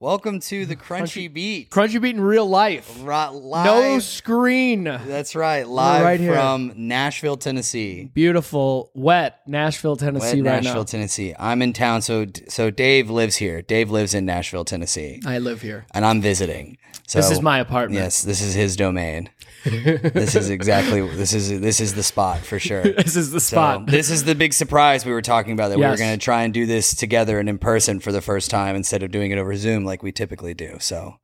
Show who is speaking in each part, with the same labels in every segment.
Speaker 1: Welcome to
Speaker 2: Mm,
Speaker 1: the Crunchy, Beat.
Speaker 2: Crunchy Beat in real life.
Speaker 1: Ro- live.
Speaker 2: No screen.
Speaker 1: That's right. Live
Speaker 2: right here.
Speaker 1: from Nashville, Tennessee.
Speaker 2: Beautiful, wet Nashville, Tennessee
Speaker 1: Wet
Speaker 2: right
Speaker 1: Nashville,
Speaker 2: now.
Speaker 1: Tennessee. I'm in town, so so Dave lives here. Dave lives in Nashville, Tennessee,
Speaker 2: I live here.
Speaker 1: and I'm visiting. So
Speaker 2: This is my apartment.
Speaker 1: Yes, this is his domain. this is exactly this is this is the spot for sure.
Speaker 2: This is the spot.
Speaker 1: So, this is the big surprise we were talking about that we were
Speaker 2: Yes.
Speaker 1: going to try and do this together and in person for the first time instead of doing it over Zoom like we typically do. So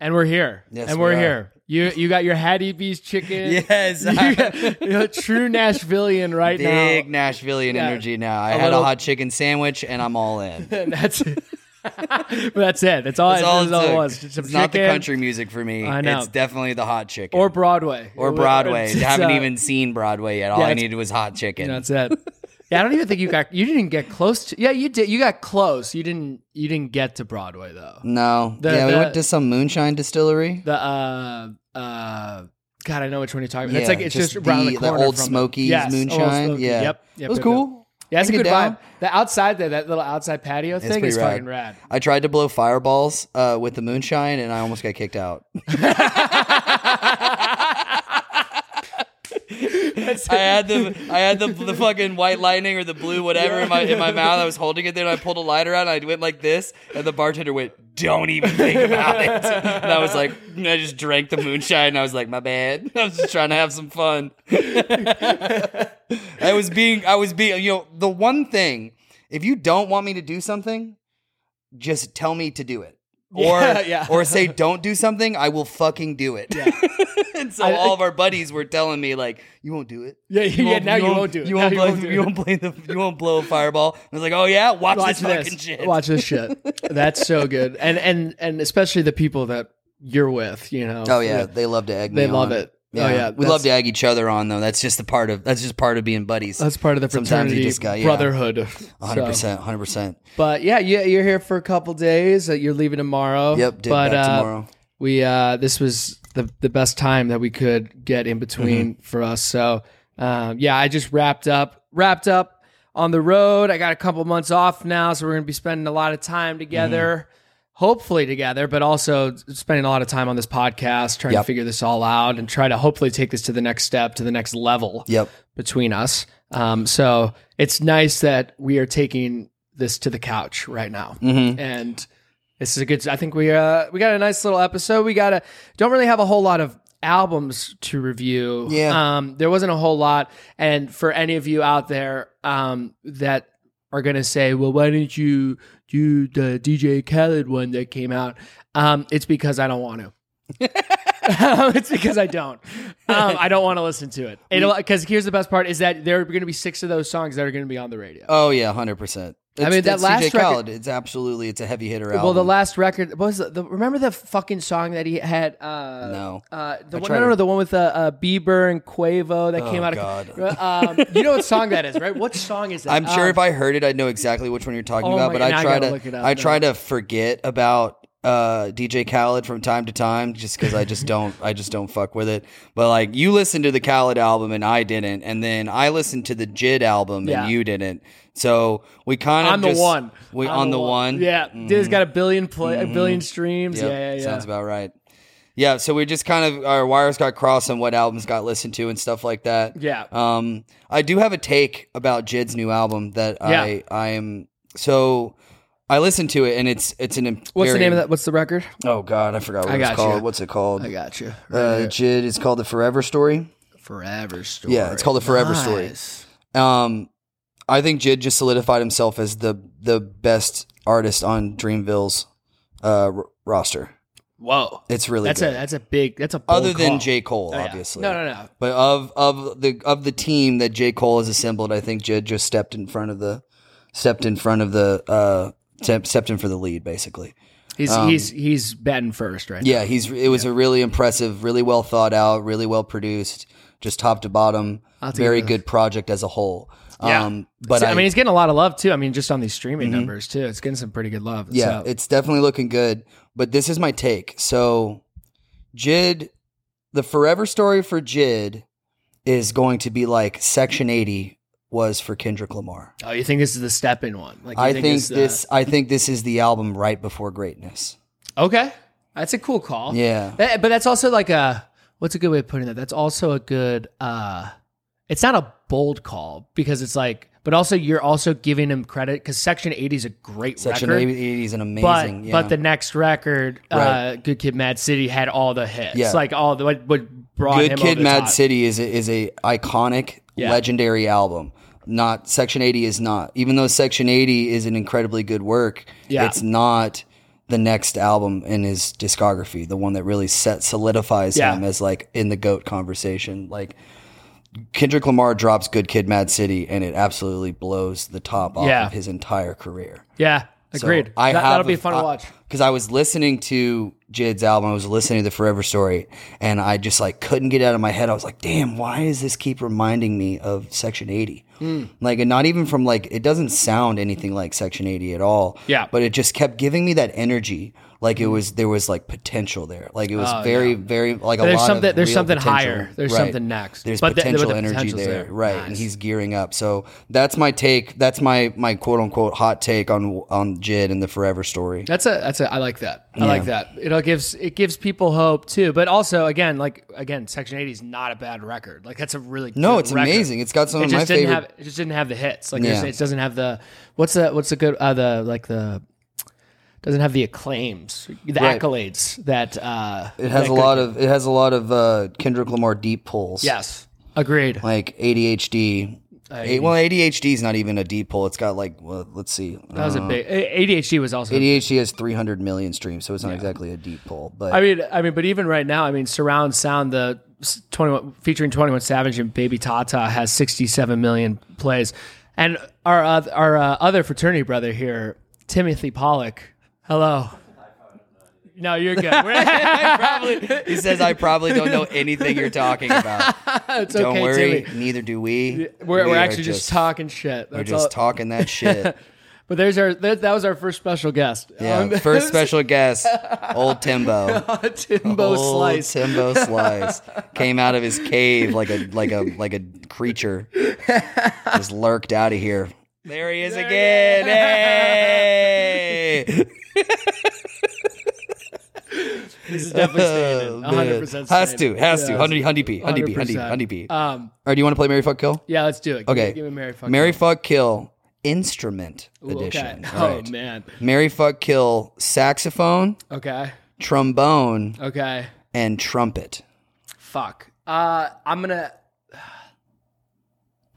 Speaker 2: and we're here.
Speaker 1: Yes,
Speaker 2: and we're
Speaker 1: we are.
Speaker 2: here. You you got your Hattie B's chicken.
Speaker 1: Yes.
Speaker 2: you got, you're a true Nashvilleian right
Speaker 1: big
Speaker 2: now.
Speaker 1: Nashvilleian
Speaker 2: Yeah.
Speaker 1: energy now. I
Speaker 2: A
Speaker 1: had
Speaker 2: little-
Speaker 1: a hot chicken sandwich and I'm all in. That's
Speaker 2: And that's it. but that's it. That's all. That's
Speaker 1: all it,
Speaker 2: all it
Speaker 1: took.
Speaker 2: was.
Speaker 1: It's
Speaker 2: Just some
Speaker 1: not the
Speaker 2: chicken
Speaker 1: country music for me.
Speaker 2: I know.
Speaker 1: It's definitely the hot chicken
Speaker 2: or Broadway
Speaker 1: Or
Speaker 2: It was-
Speaker 1: Broadway.
Speaker 2: it's,
Speaker 1: I haven't
Speaker 2: uh,
Speaker 1: even seen Broadway yet. All
Speaker 2: yeah,
Speaker 1: I
Speaker 2: it's-
Speaker 1: needed was hot chicken.
Speaker 2: That's it. Yeah, I don't even think you got. You didn't get close to. Yeah, you did. You got close. You didn't. You didn't get to Broadway though.
Speaker 1: no.
Speaker 2: The-
Speaker 1: yeah, we
Speaker 2: the-
Speaker 1: went to some moonshine distillery.
Speaker 2: The uh uh. God, I know which one you're talking about. It's
Speaker 1: Yeah,
Speaker 2: like it's just,
Speaker 1: just
Speaker 2: around
Speaker 1: the-
Speaker 2: the
Speaker 1: the
Speaker 2: corner.
Speaker 1: Old
Speaker 2: from it.
Speaker 1: Smokies
Speaker 2: Yes, Old
Speaker 1: moonshine.
Speaker 2: Smoky.
Speaker 1: Yeah.
Speaker 2: Yep.
Speaker 1: It
Speaker 2: yep.
Speaker 1: was
Speaker 2: yep, yep.
Speaker 1: cool.
Speaker 2: Yeah, it's a
Speaker 1: I can get
Speaker 2: good
Speaker 1: down.
Speaker 2: vibe. The outside there, that little outside patio thing
Speaker 1: pretty
Speaker 2: is
Speaker 1: rad.
Speaker 2: fucking rad.
Speaker 1: I tried to blow fireballs uh, with the moonshine, and I almost got kicked out. I had the I had the, the fucking white lightning or the blue whatever in my in my mouth. I was holding it there, and I pulled a lighter out, and I went like this, and the bartender went, "Don't even think about it." And I was like, and I just drank the moonshine, and I was like, "My bad." I was just trying to have some fun. I was being I was being you know the one thing if you don't want me to do something, just tell me to do it. Or,
Speaker 2: Yeah, yeah.
Speaker 1: or say don't do something, I will fucking do it. and so
Speaker 2: I-
Speaker 1: all of our buddies were telling me like, "You won't do it.
Speaker 2: Yeah, yeah, now you won't do it.
Speaker 1: You
Speaker 2: Now
Speaker 1: won't,
Speaker 2: you
Speaker 1: blow,
Speaker 2: won't do
Speaker 1: you
Speaker 2: it."
Speaker 1: won't play the. You won't blow a fireball." I was like, "Oh yeah, watch,
Speaker 2: Watch
Speaker 1: this fucking
Speaker 2: this.
Speaker 1: shit."
Speaker 2: Watch this shit. That's so good. And and and especially the people that you're with, you know.
Speaker 1: Oh yeah, they love to egg.
Speaker 2: They
Speaker 1: me
Speaker 2: love
Speaker 1: on.
Speaker 2: it. Oh, yeah,
Speaker 1: we love
Speaker 2: that's-
Speaker 1: to egg each other on though. That's just the part of. That's just part of being buddies.
Speaker 2: That's part of the
Speaker 1: Sometimes you
Speaker 2: fraternity
Speaker 1: just got- yeah.
Speaker 2: brotherhood.
Speaker 1: hundred
Speaker 2: So,
Speaker 1: percent, hundred percent.
Speaker 2: but yeah, you, you're here for a couple days. Uh, you're leaving tomorrow.
Speaker 1: Yep, dip
Speaker 2: but
Speaker 1: back
Speaker 2: uh,
Speaker 1: tomorrow.
Speaker 2: we uh, this was the the best time that we could get in between
Speaker 1: Mm-hmm.
Speaker 2: for us. So um, yeah, I just wrapped up wrapped up on the road. I got a couple months off now, so we're gonna be spending a lot of time together.
Speaker 1: Mm-hmm.
Speaker 2: Hopefully together, but also spending a lot of time on this podcast, trying
Speaker 1: Yep.
Speaker 2: to figure this all out and try to hopefully take this to the next step, to the next level
Speaker 1: Yep.
Speaker 2: between us. Um, so it's nice that we are taking this to the couch right now,
Speaker 1: Mhm.
Speaker 2: and this is a good. I think we uh we got a nice little episode. We got a don't really have a whole lot of albums to review.
Speaker 1: Yeah.
Speaker 2: um, there wasn't a whole lot, and for any of you out there, um, that are gonna say, well, why didn't you do the DJ Khaled one that came out? Um, it's because I don't want to. it's because I don't. Um, I don't want to listen to it. Because here's the best part is that there are going to be six of those songs that are going to be on the radio.
Speaker 1: Oh yeah, hundred percent.
Speaker 2: I mean, that last
Speaker 1: CJ
Speaker 2: record-
Speaker 1: Khaled. It's absolutely it's a heavy hitter album.
Speaker 2: Well, the last record what was the, the remember the fucking song that he had. Uh,
Speaker 1: No.
Speaker 2: uh, the
Speaker 1: I
Speaker 2: one,
Speaker 1: tried
Speaker 2: no, no,
Speaker 1: to-
Speaker 2: no, the one with uh, uh, Bieber and Quavo that
Speaker 1: Oh,
Speaker 2: came out. Of,
Speaker 1: God.
Speaker 2: um, you know what song that is, right? What song is that?
Speaker 1: I'm sure
Speaker 2: Um,
Speaker 1: if I heard it, I'd know exactly which one you're talking
Speaker 2: Oh
Speaker 1: about.
Speaker 2: my-
Speaker 1: But I
Speaker 2: now I
Speaker 1: try
Speaker 2: gotta look it
Speaker 1: to
Speaker 2: up
Speaker 1: I
Speaker 2: now.
Speaker 1: try to forget about uh, DJ Khaled from time to time, just because I just don't I just don't fuck with it. But like you listened to the Khaled album and I didn't, and then I listened to the Jid album
Speaker 2: Yeah.
Speaker 1: and you didn't. So we kind of
Speaker 2: I'm the
Speaker 1: just-
Speaker 2: one.
Speaker 1: We
Speaker 2: I'm
Speaker 1: on the one. Mm-hmm.
Speaker 2: Yeah, dude's got a billion play, a billion streams.
Speaker 1: Yep,
Speaker 2: Yeah, yeah, yeah.
Speaker 1: Sounds about right. Yeah, so we just kind of our wires got crossed on what albums got listened to and stuff like that.
Speaker 2: Yeah.
Speaker 1: Um, I do have a take about Jid's new album that
Speaker 2: Yeah.
Speaker 1: I I am so I listened to it and it's it's an
Speaker 2: What's the name of that? What's the record?
Speaker 1: Oh God, I forgot what
Speaker 2: I
Speaker 1: it's
Speaker 2: got
Speaker 1: called.
Speaker 2: you.
Speaker 1: What's it called?
Speaker 2: I got you.
Speaker 1: uh, Jid is called the Forever Story.
Speaker 2: Forever story.
Speaker 1: Yeah, it's called the Forever Story. Um, I think Jid just solidified himself as the the best artist on Dreamville's uh, r- roster.
Speaker 2: Whoa,
Speaker 1: It's really
Speaker 2: that's
Speaker 1: good.
Speaker 2: a that's a big that's a bold
Speaker 1: other than
Speaker 2: call.
Speaker 1: J. Cole,
Speaker 2: Oh, yeah.
Speaker 1: obviously.
Speaker 2: No, no, no.
Speaker 1: But of of the of the team that J. Cole has assembled, I think Jid just stepped in front of the stepped in front of the uh step- stepped in for the lead basically.
Speaker 2: He's he's he's batting first, right?
Speaker 1: Um, Yeah, he's it was a really impressive, really well thought out, really well produced, just top to bottom,
Speaker 2: I'll take
Speaker 1: very
Speaker 2: it.
Speaker 1: good project as a whole.
Speaker 2: Yeah.
Speaker 1: Um but
Speaker 2: So, I,
Speaker 1: I, Mm-hmm.
Speaker 2: mean, he's getting a lot of love too. I mean, just on these streaming numbers too, it's getting some pretty good love.
Speaker 1: Yeah,
Speaker 2: So-
Speaker 1: it's definitely looking good. But this is my take. So, Jid, the forever story for Jid is going to be like Section 80 was for Kendrick Lamar.
Speaker 2: Oh, you think this is the step in one? Like you
Speaker 1: I think
Speaker 2: it's uh, the-
Speaker 1: this I think this is the album right before greatness.
Speaker 2: Okay, that's a cool call.
Speaker 1: Yeah.
Speaker 2: That- but that's also like a what's a good way of putting that? That's also a good. uh It's not a bold call because it's like, but also you're also giving him credit because Section Eighty is a great
Speaker 1: Section
Speaker 2: record.
Speaker 1: 80 is an
Speaker 2: but
Speaker 1: amazing. yeah.
Speaker 2: but the next record, uh,
Speaker 1: Right.
Speaker 2: Good Kid, Mad City had all the hits.
Speaker 1: Yeah.
Speaker 2: Like all the what, what brought him
Speaker 1: Good
Speaker 2: over
Speaker 1: Kid,
Speaker 2: the
Speaker 1: Mad
Speaker 2: top.
Speaker 1: City is a, is a iconic,
Speaker 2: Yeah.
Speaker 1: legendary album. Not Section 80 is not. Even though Section 80 is an incredibly good work,
Speaker 2: Yeah.
Speaker 1: it's not the next album in his discography, the one that really set solidifies
Speaker 2: Yeah.
Speaker 1: him as like in the goat conversation. Like Kendrick Lamar drops Good Kid, Mad City, and it absolutely blows the top off
Speaker 2: Yeah.
Speaker 1: of his entire career.
Speaker 2: Yeah, agreed.
Speaker 1: I
Speaker 2: that,
Speaker 1: have
Speaker 2: that'll be
Speaker 1: a-
Speaker 2: fun
Speaker 1: I-
Speaker 2: to watch.
Speaker 1: Because I was listening to Jid's album, I was listening to the Forever Story, and I just like couldn't get it out of my head. I was like, "Damn, why does this keep reminding me of Section 80?"
Speaker 2: Hmm.
Speaker 1: Like, and not even from like it doesn't sound anything like Section 80 at all.
Speaker 2: Yeah. Hmm.
Speaker 1: but it just kept giving me that energy. Like it was there was like potential there. Like it was very, very like a
Speaker 2: Oh, There's
Speaker 1: lot
Speaker 2: something.
Speaker 1: of
Speaker 2: There's
Speaker 1: real
Speaker 2: something
Speaker 1: potential.
Speaker 2: higher. There's
Speaker 1: Right.
Speaker 2: something next.
Speaker 1: There's
Speaker 2: But the- but the
Speaker 1: potential energy
Speaker 2: potential's
Speaker 1: there, right? And
Speaker 2: Nice.
Speaker 1: he's gearing up. So that's my take. That's my my quote unquote hot take on on Jid and the Forever Story.
Speaker 2: That's a that's a I like that. I like that. It all gives it gives people hope too. But also again, like again, Section 80 is not a bad record. Like that's a really
Speaker 1: No,
Speaker 2: good
Speaker 1: it's
Speaker 2: record.
Speaker 1: amazing. It's got some
Speaker 2: It
Speaker 1: of my
Speaker 2: just didn't
Speaker 1: favorite.
Speaker 2: have it just didn't have the hits. Like there's
Speaker 1: Yeah.
Speaker 2: it doesn't have the what's the what's the good uh, the like the doesn't have the acclaims, the
Speaker 1: Right.
Speaker 2: accolades that uh
Speaker 1: it has a lot of it has a lot of uh, Kendrick Lamar deep pulls.
Speaker 2: yes. Agreed.
Speaker 1: like ADHD. Uh, A- well, ADHD is not even a deep pull. It's got like well, let's see.
Speaker 2: that was a big ADHD was also
Speaker 1: ADHD has 300 million streams, so it's not exactly a deep pull. But
Speaker 2: I mean, I mean, but even right now, I mean, surround sound the twenty one featuring Twenty One Savage and Baby Tata has sixty seven million plays, and our uh, our uh, other fraternity brother here, Timothy Pollock. Hello. No, you're good. We're-
Speaker 1: he says I probably don't know anything you're talking about.
Speaker 2: it's
Speaker 1: don't
Speaker 2: okay,
Speaker 1: worry,
Speaker 2: Timmy.
Speaker 1: neither do we.
Speaker 2: We're,
Speaker 1: We
Speaker 2: we're
Speaker 1: are
Speaker 2: actually just, talking shit.
Speaker 1: We're
Speaker 2: That's
Speaker 1: just
Speaker 2: all.
Speaker 1: talking that shit.
Speaker 2: but there's our that, that was our first special guest.
Speaker 1: Yeah.
Speaker 2: Um,
Speaker 1: First special guest, old Timbo.
Speaker 2: Timbo
Speaker 1: Old
Speaker 2: Slice.
Speaker 1: Timbo Slice came out of his cave like a like a like a creature. Just lurked out of here. There he is again. Hey!
Speaker 2: This is devastating.
Speaker 1: Oh, man.
Speaker 2: 100%
Speaker 1: Has to,
Speaker 2: stated.
Speaker 1: has to.
Speaker 2: Yeah.
Speaker 1: Hundy, hundy pee, hundy pee, hundy,
Speaker 2: 100%.
Speaker 1: hundy pee.
Speaker 2: Um,
Speaker 1: or do you want to play Mary Fuck Kill?
Speaker 2: yeah, let's do it. Give me-
Speaker 1: Okay.
Speaker 2: Give me Mary fuck.
Speaker 1: Mary Fuck Kill instrument
Speaker 2: Ooh,
Speaker 1: edition.
Speaker 2: Okay.
Speaker 1: All
Speaker 2: Oh
Speaker 1: right.
Speaker 2: man.
Speaker 1: Mary Fuck Kill saxophone,
Speaker 2: Okay.
Speaker 1: trombone,
Speaker 2: Okay.
Speaker 1: and trumpet.
Speaker 2: Fuck. Uh, I'm gonna.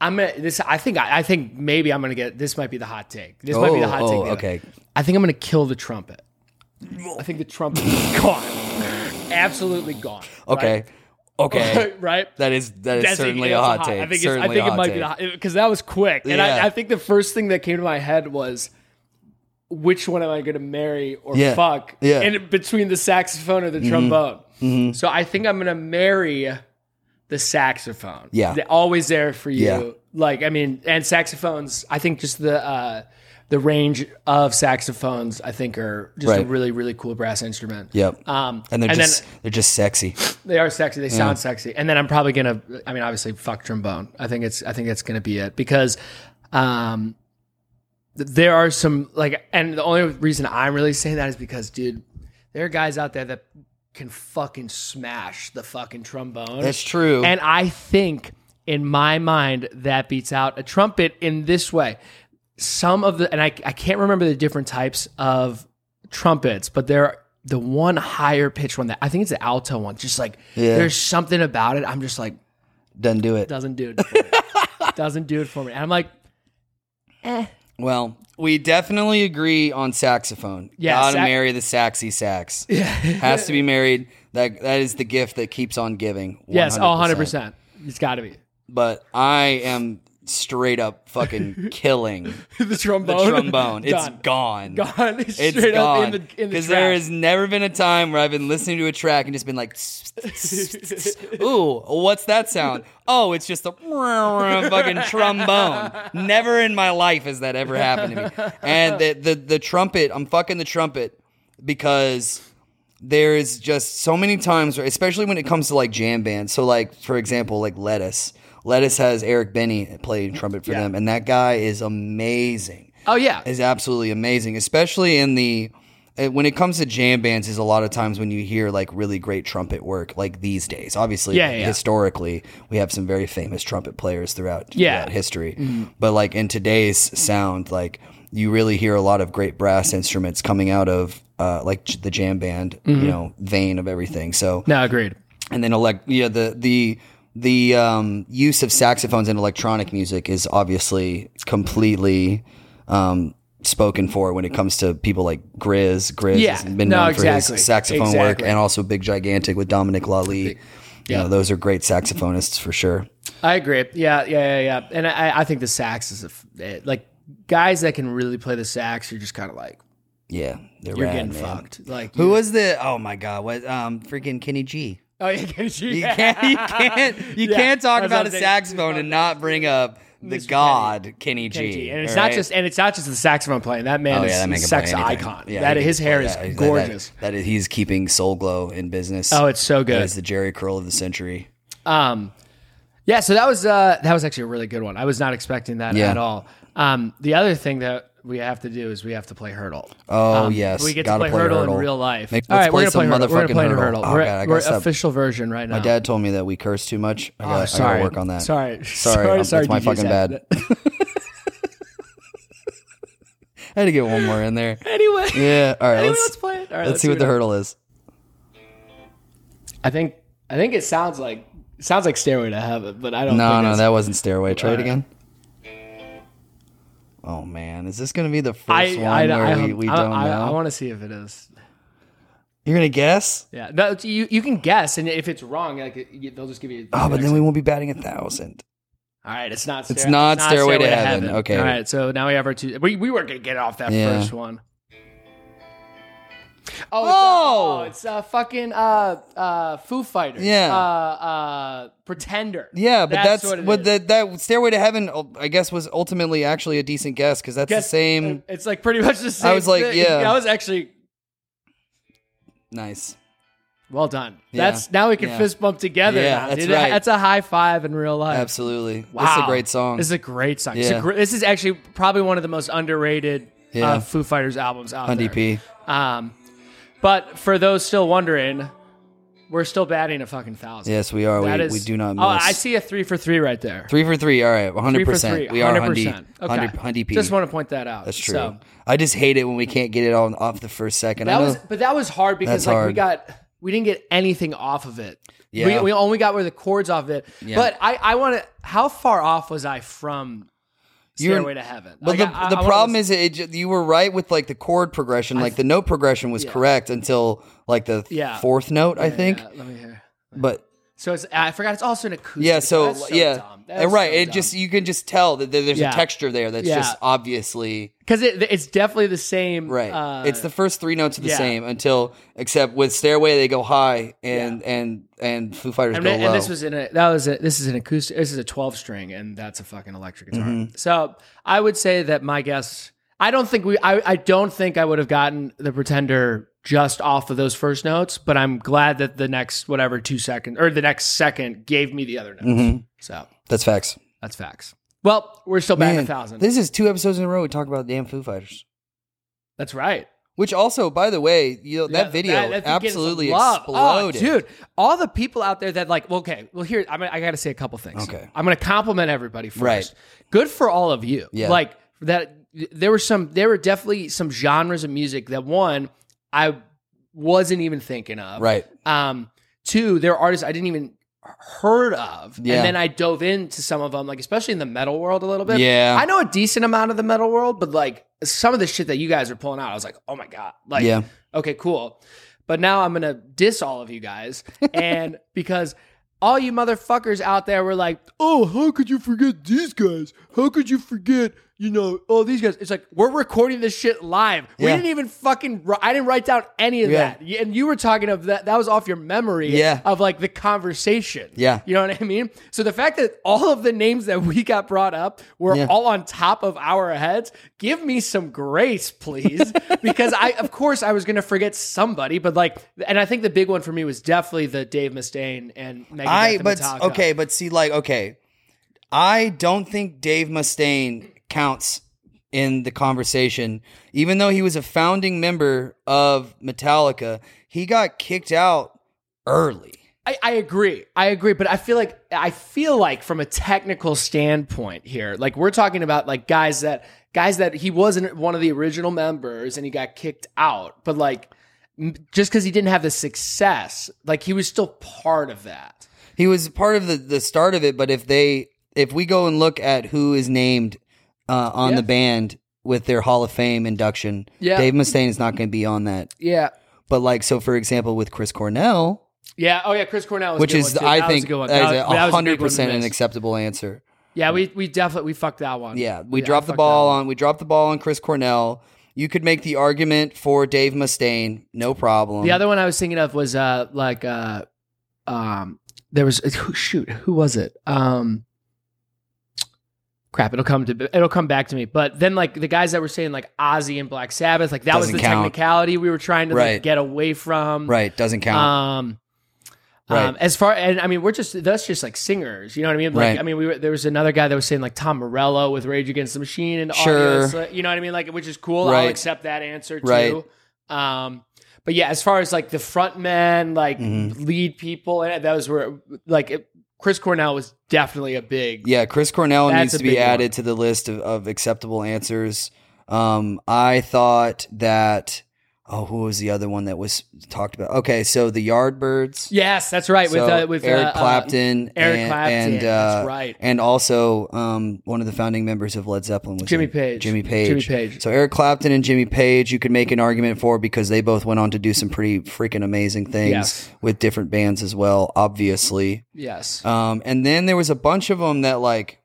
Speaker 2: I'm gonna. This. I think. I, I think maybe I'm gonna get. This might be the hot take. This might be the hot
Speaker 1: oh,
Speaker 2: take.
Speaker 1: okay.
Speaker 2: I think I'm gonna kill the trumpet. I think the trumpet is gone. Absolutely gone.
Speaker 1: Okay. Okay.
Speaker 2: Right. right?
Speaker 1: That is that is
Speaker 2: That's-
Speaker 1: certainly
Speaker 2: that's
Speaker 1: a hot take.
Speaker 2: I think, it's,
Speaker 1: certainly
Speaker 2: I think
Speaker 1: a
Speaker 2: it
Speaker 1: hot
Speaker 2: might
Speaker 1: take.
Speaker 2: be the hot because that was quick, and
Speaker 1: Yeah.
Speaker 2: I, I think the first thing that came to my head was, which one am I going to marry or
Speaker 1: Yeah.
Speaker 2: fuck?
Speaker 1: Yeah. Mm-hmm.
Speaker 2: and between the saxophone or the trombone. So I think I'm going to marry the saxophone.
Speaker 1: Yeah.
Speaker 2: They're always there for you.
Speaker 1: Yeah.
Speaker 2: Like I mean, and saxophones. I think just the. uh the range of saxophones, I think, are just a
Speaker 1: Right.
Speaker 2: really, really cool brass instrument.
Speaker 1: Yep.
Speaker 2: Um,
Speaker 1: and they're
Speaker 2: and
Speaker 1: just
Speaker 2: then-
Speaker 1: they're just sexy.
Speaker 2: they are sexy. They sound sexy. And then I'm probably gonna. I mean, obviously, fuck trombone. I think it's. I think it's gonna be it because, um, th- there are some like, and the only reason I'm really saying that is because, dude, there are guys out there that can fucking smash the fucking trombone.
Speaker 1: That's true.
Speaker 2: And I think in my mind that beats out a trumpet in this way. Some of the and I I can't remember the different types of trumpets, but they're the one higher pitched one that I think it's the alto one. Just like
Speaker 1: Yeah.
Speaker 2: there's something about it. I'm just like
Speaker 1: Doesn't do it.
Speaker 2: doesn't do it. For me. doesn't do it for me. And I'm like,
Speaker 1: Well, we definitely agree on saxophone.
Speaker 2: Yeah,
Speaker 1: Gotta
Speaker 2: sax-
Speaker 1: marry the saxy sax. Yeah. Has to be married. That that is the gift that keeps on giving. 100%.
Speaker 2: yes, oh, 100 percent. It's got to be
Speaker 1: But I am straight up fucking killing
Speaker 2: the
Speaker 1: the
Speaker 2: trombone.
Speaker 1: trombone. It's
Speaker 2: Oh, Done.
Speaker 1: gone.
Speaker 2: gone. It's
Speaker 1: It's
Speaker 2: straight
Speaker 1: gone.
Speaker 2: up in the in the trash.
Speaker 1: there has never been a time where I've been listening to a track and just been like, "Ooh, what's that sound?" Oh, it's just a fucking trombone. Never in my life has that ever happened to me. And the the, the trumpet, I'm fucking the trumpet because there is just so many times, where, especially when it comes to like jam bands. So, like for example, like Lettuce. Lettuce has Eric Benny playing trumpet for
Speaker 2: Yeah.
Speaker 1: them, and that guy is amazing.
Speaker 2: Oh yeah,
Speaker 1: Is absolutely amazing, especially in the eh, when it comes to jam bands. Is a lot of times when you hear like really great trumpet work, like these days. Obviously,
Speaker 2: Yeah, yeah, yeah.
Speaker 1: historically, we have some very famous trumpet players throughout,
Speaker 2: Yeah. Mm-hmm.
Speaker 1: throughout history. But like in today's sound, like you really hear a lot of great brass instruments coming out of uh, like j- the jam band,
Speaker 2: Mm-hmm.
Speaker 1: you know, vein of everything. So
Speaker 2: no, agreed.
Speaker 1: and then elect yeah the the the um, use of saxophones in electronic music is obviously completely um, spoken for when it comes to people like Grizz. Grizz
Speaker 2: Yeah.
Speaker 1: has been
Speaker 2: No,
Speaker 1: known for
Speaker 2: exactly.
Speaker 1: his saxophone work,
Speaker 2: Exactly.
Speaker 1: and also Big Gigantic with Dominic Lally. You know, those are great saxophonists for sure.
Speaker 2: I agree. Yeah, yeah, yeah, yeah. And I, I think the sax is a f eh, like guys that can really play the sax. You're just kind of like
Speaker 1: Yeah, they're
Speaker 2: you're
Speaker 1: rad,
Speaker 2: getting
Speaker 1: man.
Speaker 2: fucked. Like
Speaker 1: Who
Speaker 2: you-
Speaker 1: was the? Oh my god! What? Um, freaking Kenny G.
Speaker 2: Oh yeah, can't you?
Speaker 1: You can't. You can't. You
Speaker 2: Yeah,
Speaker 1: can't talk
Speaker 2: that's what
Speaker 1: about
Speaker 2: I'm
Speaker 1: a
Speaker 2: saying.
Speaker 1: saxophone and not bring up the god Kenny,
Speaker 2: Kenny
Speaker 1: G.
Speaker 2: G. And it's
Speaker 1: all
Speaker 2: not
Speaker 1: right?
Speaker 2: just and it's not just the saxophone playing. That man
Speaker 1: Oh,
Speaker 2: is
Speaker 1: yeah, that man
Speaker 2: a
Speaker 1: can play
Speaker 2: sex
Speaker 1: anything.
Speaker 2: icon.
Speaker 1: Yeah,
Speaker 2: that
Speaker 1: he
Speaker 2: his
Speaker 1: can
Speaker 2: hair
Speaker 1: play-
Speaker 2: is
Speaker 1: yeah, that- that-
Speaker 2: gorgeous.
Speaker 1: that is, he's keeping Soul Glow in business.
Speaker 2: oh, it's so
Speaker 1: that
Speaker 2: good.
Speaker 1: is the Jerry Curl of the century.
Speaker 2: Um, yeah, so that was uh, that was actually a really good one. I was not expecting that
Speaker 1: Yeah.
Speaker 2: at all. Um, the other thing that we have to do is we have to play hurdle.
Speaker 1: Oh yes,
Speaker 2: Um, we get to
Speaker 1: gotta
Speaker 2: play, hurdle, in real life.
Speaker 1: Make-
Speaker 2: all
Speaker 1: let's
Speaker 2: right, we're
Speaker 1: play
Speaker 2: gonna play
Speaker 1: some
Speaker 2: hurdle. We're
Speaker 1: motherfucking
Speaker 2: gonna play
Speaker 1: hurdle.
Speaker 2: hurdle.
Speaker 1: Oh,
Speaker 2: we're
Speaker 1: God, I gotta
Speaker 2: we're
Speaker 1: stop.
Speaker 2: official version right now.
Speaker 1: My dad told me that we curse too much. I gotta, I
Speaker 2: sorry.
Speaker 1: gotta work on that. sorry,
Speaker 2: Sorry. Sorry,
Speaker 1: I'm-
Speaker 2: sorry,
Speaker 1: that's my
Speaker 2: did you
Speaker 1: fucking
Speaker 2: say
Speaker 1: bad. I had to get one more in there.
Speaker 2: Anyway,
Speaker 1: Yeah. All right.
Speaker 2: anyway,
Speaker 1: Let's,
Speaker 2: let's, play it. All right,
Speaker 1: let's see what the
Speaker 2: it-
Speaker 1: hurdle is.
Speaker 2: I think I think it sounds like it sounds like Stairway to Heaven, but I don't.
Speaker 1: No,
Speaker 2: think
Speaker 1: no,
Speaker 2: that's-
Speaker 1: that wasn't Stairway. Try it
Speaker 2: Alright.
Speaker 1: again. Oh man, is this gonna be the first
Speaker 2: I
Speaker 1: one
Speaker 2: I,
Speaker 1: where
Speaker 2: I,
Speaker 1: we, we
Speaker 2: I,
Speaker 1: don't
Speaker 2: I,
Speaker 1: know?
Speaker 2: I want to see if it is.
Speaker 1: You're gonna guess?
Speaker 2: Yeah, no, it's- you you can guess, and if it's wrong, like it- you- they'll just give you.
Speaker 1: Oh, but then we won't be batting a thousand.
Speaker 2: all right, it's not.
Speaker 1: It's not Stairway to Heaven. Okay.
Speaker 2: All right, so now we have our two. We we were gonna get off that
Speaker 1: Yeah.
Speaker 2: first one. Oh,
Speaker 1: Oh!
Speaker 2: it's, uh, oh, it's uh, fucking uh, uh, Foo Fighters.
Speaker 1: Yeah.
Speaker 2: uh, uh, Pretender.
Speaker 1: Yeah, but that's, what,
Speaker 2: it is.
Speaker 1: that that Stairway to Heaven, uh, I guess, was ultimately actually a decent guess because that's
Speaker 2: Guess- uh,
Speaker 1: the same.
Speaker 2: It's like pretty much the same.
Speaker 1: was like,
Speaker 2: thing.
Speaker 1: yeah.
Speaker 2: that was actually
Speaker 1: nice.
Speaker 2: well done.
Speaker 1: Yeah.
Speaker 2: That's now we can
Speaker 1: Yeah.
Speaker 2: fist bump together.
Speaker 1: Yeah,
Speaker 2: now,
Speaker 1: that's
Speaker 2: dude.
Speaker 1: right.
Speaker 2: That's a high five in real life.
Speaker 1: Absolutely. Wow.
Speaker 2: Wow.
Speaker 1: This is a great song.
Speaker 2: This is a great song. It's a
Speaker 1: Yeah.
Speaker 2: gr- this is actually probably one of the most underrated uh,
Speaker 1: Yeah.
Speaker 2: Foo Fighters albums out
Speaker 1: on
Speaker 2: there.
Speaker 1: DP.
Speaker 2: Um, but for those still wondering, we're still batting a fucking thousand.
Speaker 1: Yes, we are.
Speaker 2: That
Speaker 1: We,
Speaker 2: is-
Speaker 1: we do not miss.
Speaker 2: Oh, I see a three for three right there.
Speaker 1: Three for three. All right. 100%.
Speaker 2: Three for three.
Speaker 1: We are
Speaker 2: 100%.
Speaker 1: Hundy.
Speaker 2: Okay.
Speaker 1: Hundy P.
Speaker 2: Just want to point that out.
Speaker 1: That's true.
Speaker 2: So,
Speaker 1: I just hate it when we can't get it on off the first second.
Speaker 2: that
Speaker 1: I know.
Speaker 2: was, but that was hard because
Speaker 1: That's
Speaker 2: like we
Speaker 1: hard.
Speaker 2: got, we didn't get anything off of it.
Speaker 1: Yeah.
Speaker 2: We, we only got where the chords off of it. But I, I want to. How far off was I from
Speaker 1: You're-
Speaker 2: Stairway to Heaven?
Speaker 1: But
Speaker 2: Like,
Speaker 1: the,
Speaker 2: I- I-
Speaker 1: the
Speaker 2: I wanna
Speaker 1: problem is, it, ju- you were right with like the chord progression. Like the note progression was correct until like the
Speaker 2: Yeah.
Speaker 1: fourth note, I think.
Speaker 2: Yeah, let me hear.
Speaker 1: But
Speaker 2: So it's I forgot it's also an acoustic.
Speaker 1: yeah, so,
Speaker 2: That's
Speaker 1: yeah,
Speaker 2: dumb. That's
Speaker 1: right.
Speaker 2: so
Speaker 1: it
Speaker 2: dumb.
Speaker 1: just you can just tell that there- there's
Speaker 2: Yeah.
Speaker 1: a texture there that's
Speaker 2: Yeah.
Speaker 1: just obviously
Speaker 2: because it, it's definitely the same.
Speaker 1: right.
Speaker 2: uh,
Speaker 1: it's the first three notes are the
Speaker 2: yeah.
Speaker 1: same until except with Stairway they go high and and and Foo Fighters
Speaker 2: and,
Speaker 1: go
Speaker 2: and
Speaker 1: low.
Speaker 2: this was in a that was a, this is an acoustic. This is a twelve string, and that's a fucking electric guitar.
Speaker 1: Mm-hmm.
Speaker 2: So I would say that my guess. I don't think we. I, I don't think I would have gotten the Pretender just off of those first notes, but I'm glad that the next whatever two seconds or the next second gave me the other notes.
Speaker 1: Mm-hmm.
Speaker 2: So
Speaker 1: that's facts.
Speaker 2: that's facts. Well, we're still back
Speaker 1: Man,
Speaker 2: a thousand.
Speaker 1: This is two episodes in a row we talk about damn Foo Fighters.
Speaker 2: that's right.
Speaker 1: Which also, by the way, you know,
Speaker 2: Yeah,
Speaker 1: that video
Speaker 2: that thing getting some
Speaker 1: absolutely
Speaker 2: love. Oh,
Speaker 1: exploded.
Speaker 2: dude, all the people out there that like, well, okay, well, here, I'm, gonna- I got to say a couple things.
Speaker 1: Okay.
Speaker 2: I'm going to compliment everybody first.
Speaker 1: Right.
Speaker 2: Good for all of you.
Speaker 1: Yeah.
Speaker 2: Like, that, there were some, there were definitely some genres of music that one, I wasn't even thinking of.
Speaker 1: Right.
Speaker 2: Um, two, there are artists I didn't even heard of.
Speaker 1: Yeah.
Speaker 2: And then I dove into some of them, like, especially in the metal world a little bit.
Speaker 1: Yeah.
Speaker 2: I know a decent amount of the metal world, but like, some of the shit that you guys are pulling out, I was like, oh my God. Like,
Speaker 1: Yeah.
Speaker 2: okay, cool. But now I'm gonna diss all of you guys, and because all you motherfuckers out there were like, "Oh, how could you forget these guys? How could you forget, you know, all these guys?" It's like we're recording this shit live. We
Speaker 1: Yeah.
Speaker 2: didn't even fucking. wri- I didn't write down any of
Speaker 1: Yeah.
Speaker 2: that, Y- and you were talking of that. That was off your memory
Speaker 1: Yeah.
Speaker 2: of like the conversation.
Speaker 1: Yeah.
Speaker 2: you know what I mean. So the fact that all of the names that we got brought up were
Speaker 1: Yeah.
Speaker 2: all on top of our heads, give me some grace, please, because I, of course, I was going to forget somebody, but like, and I think the big one for me was definitely the Dave Mustaine and Megadeth
Speaker 1: I
Speaker 2: and
Speaker 1: but
Speaker 2: Metallica.
Speaker 1: okay, but see, like okay, I don't think Dave Mustaine counts in the conversation. Even though he was a founding member of Metallica, he got kicked out early.
Speaker 2: I, I agree. I agree, but I feel like I feel like from a technical standpoint here, like we're talking about like guys that guys that he wasn't one of the original members and he got kicked out, but like m- just because he didn't have the success, like he was still part of that.
Speaker 1: He was part of the, the start of it, but if they if we go and look at who is named uh, on
Speaker 2: Yeah.
Speaker 1: the band with their Hall of Fame induction,
Speaker 2: Yeah.
Speaker 1: Dave Mustaine is not going to be on that.
Speaker 2: Yeah.
Speaker 1: But like, so for example, with Chris Cornell,
Speaker 2: Yeah. Oh yeah. Chris Cornell, was a
Speaker 1: which
Speaker 2: good
Speaker 1: is
Speaker 2: one, too.
Speaker 1: I
Speaker 2: That was
Speaker 1: think
Speaker 2: a good one.
Speaker 1: that
Speaker 2: That
Speaker 1: is
Speaker 2: was- that was a big one
Speaker 1: hundred
Speaker 2: to
Speaker 1: percent an
Speaker 2: miss.
Speaker 1: acceptable answer.
Speaker 2: Yeah, we we definitely we fucked that one.
Speaker 1: Yeah, we
Speaker 2: I
Speaker 1: dropped the
Speaker 2: fucked
Speaker 1: ball
Speaker 2: that one.
Speaker 1: on we dropped the ball on Chris Cornell. You could make the argument for Dave Mustaine, no problem.
Speaker 2: The other one I was thinking of was uh like uh um there was who- shoot who was it um crap it'll come to it'll come back to me but then like the guys that were saying like Ozzy and Black Sabbath like that was
Speaker 1: Doesn't
Speaker 2: the
Speaker 1: count.
Speaker 2: technicality we were trying to like,
Speaker 1: Right.
Speaker 2: get away from
Speaker 1: right doesn't count.
Speaker 2: um
Speaker 1: Right.
Speaker 2: um, as far and I mean we're just that's just like singers you know what I mean like
Speaker 1: Right.
Speaker 2: I mean we were, there was another guy that was saying like Tom Morello with Rage Against the Machine and
Speaker 1: Sure.
Speaker 2: audio sli- you know what I mean like which is cool I'll
Speaker 1: Right.
Speaker 2: accept that answer too
Speaker 1: Right.
Speaker 2: um but yeah as far as like the front men like
Speaker 1: Mhm.
Speaker 2: lead people and those were like it, Chris Cornell was definitely a big
Speaker 1: yeah, Chris Cornell
Speaker 2: That's
Speaker 1: needs
Speaker 2: a
Speaker 1: to be
Speaker 2: big
Speaker 1: added
Speaker 2: one.
Speaker 1: to the list of, of acceptable answers. Um, I thought that. Oh, who was the other one that was talked about? Okay, so the Yardbirds.
Speaker 2: yes that's right with
Speaker 1: So
Speaker 2: uh, with
Speaker 1: Eric
Speaker 2: uh, uh,
Speaker 1: Clapton,
Speaker 2: Eric
Speaker 1: and,
Speaker 2: Clapton
Speaker 1: and, uh,
Speaker 2: that's right
Speaker 1: and also um, one of the founding members of Led Zeppelin was
Speaker 2: Jimmy
Speaker 1: in-
Speaker 2: Page.
Speaker 1: Jimmy Page.
Speaker 2: Jimmy Page.
Speaker 1: So Eric Clapton and Jimmy Page, you could make an argument for because they both went on to do some pretty freaking amazing things
Speaker 2: Yes.
Speaker 1: with different bands as well. Obviously,
Speaker 2: yes
Speaker 1: um, and then there was a bunch of them that like.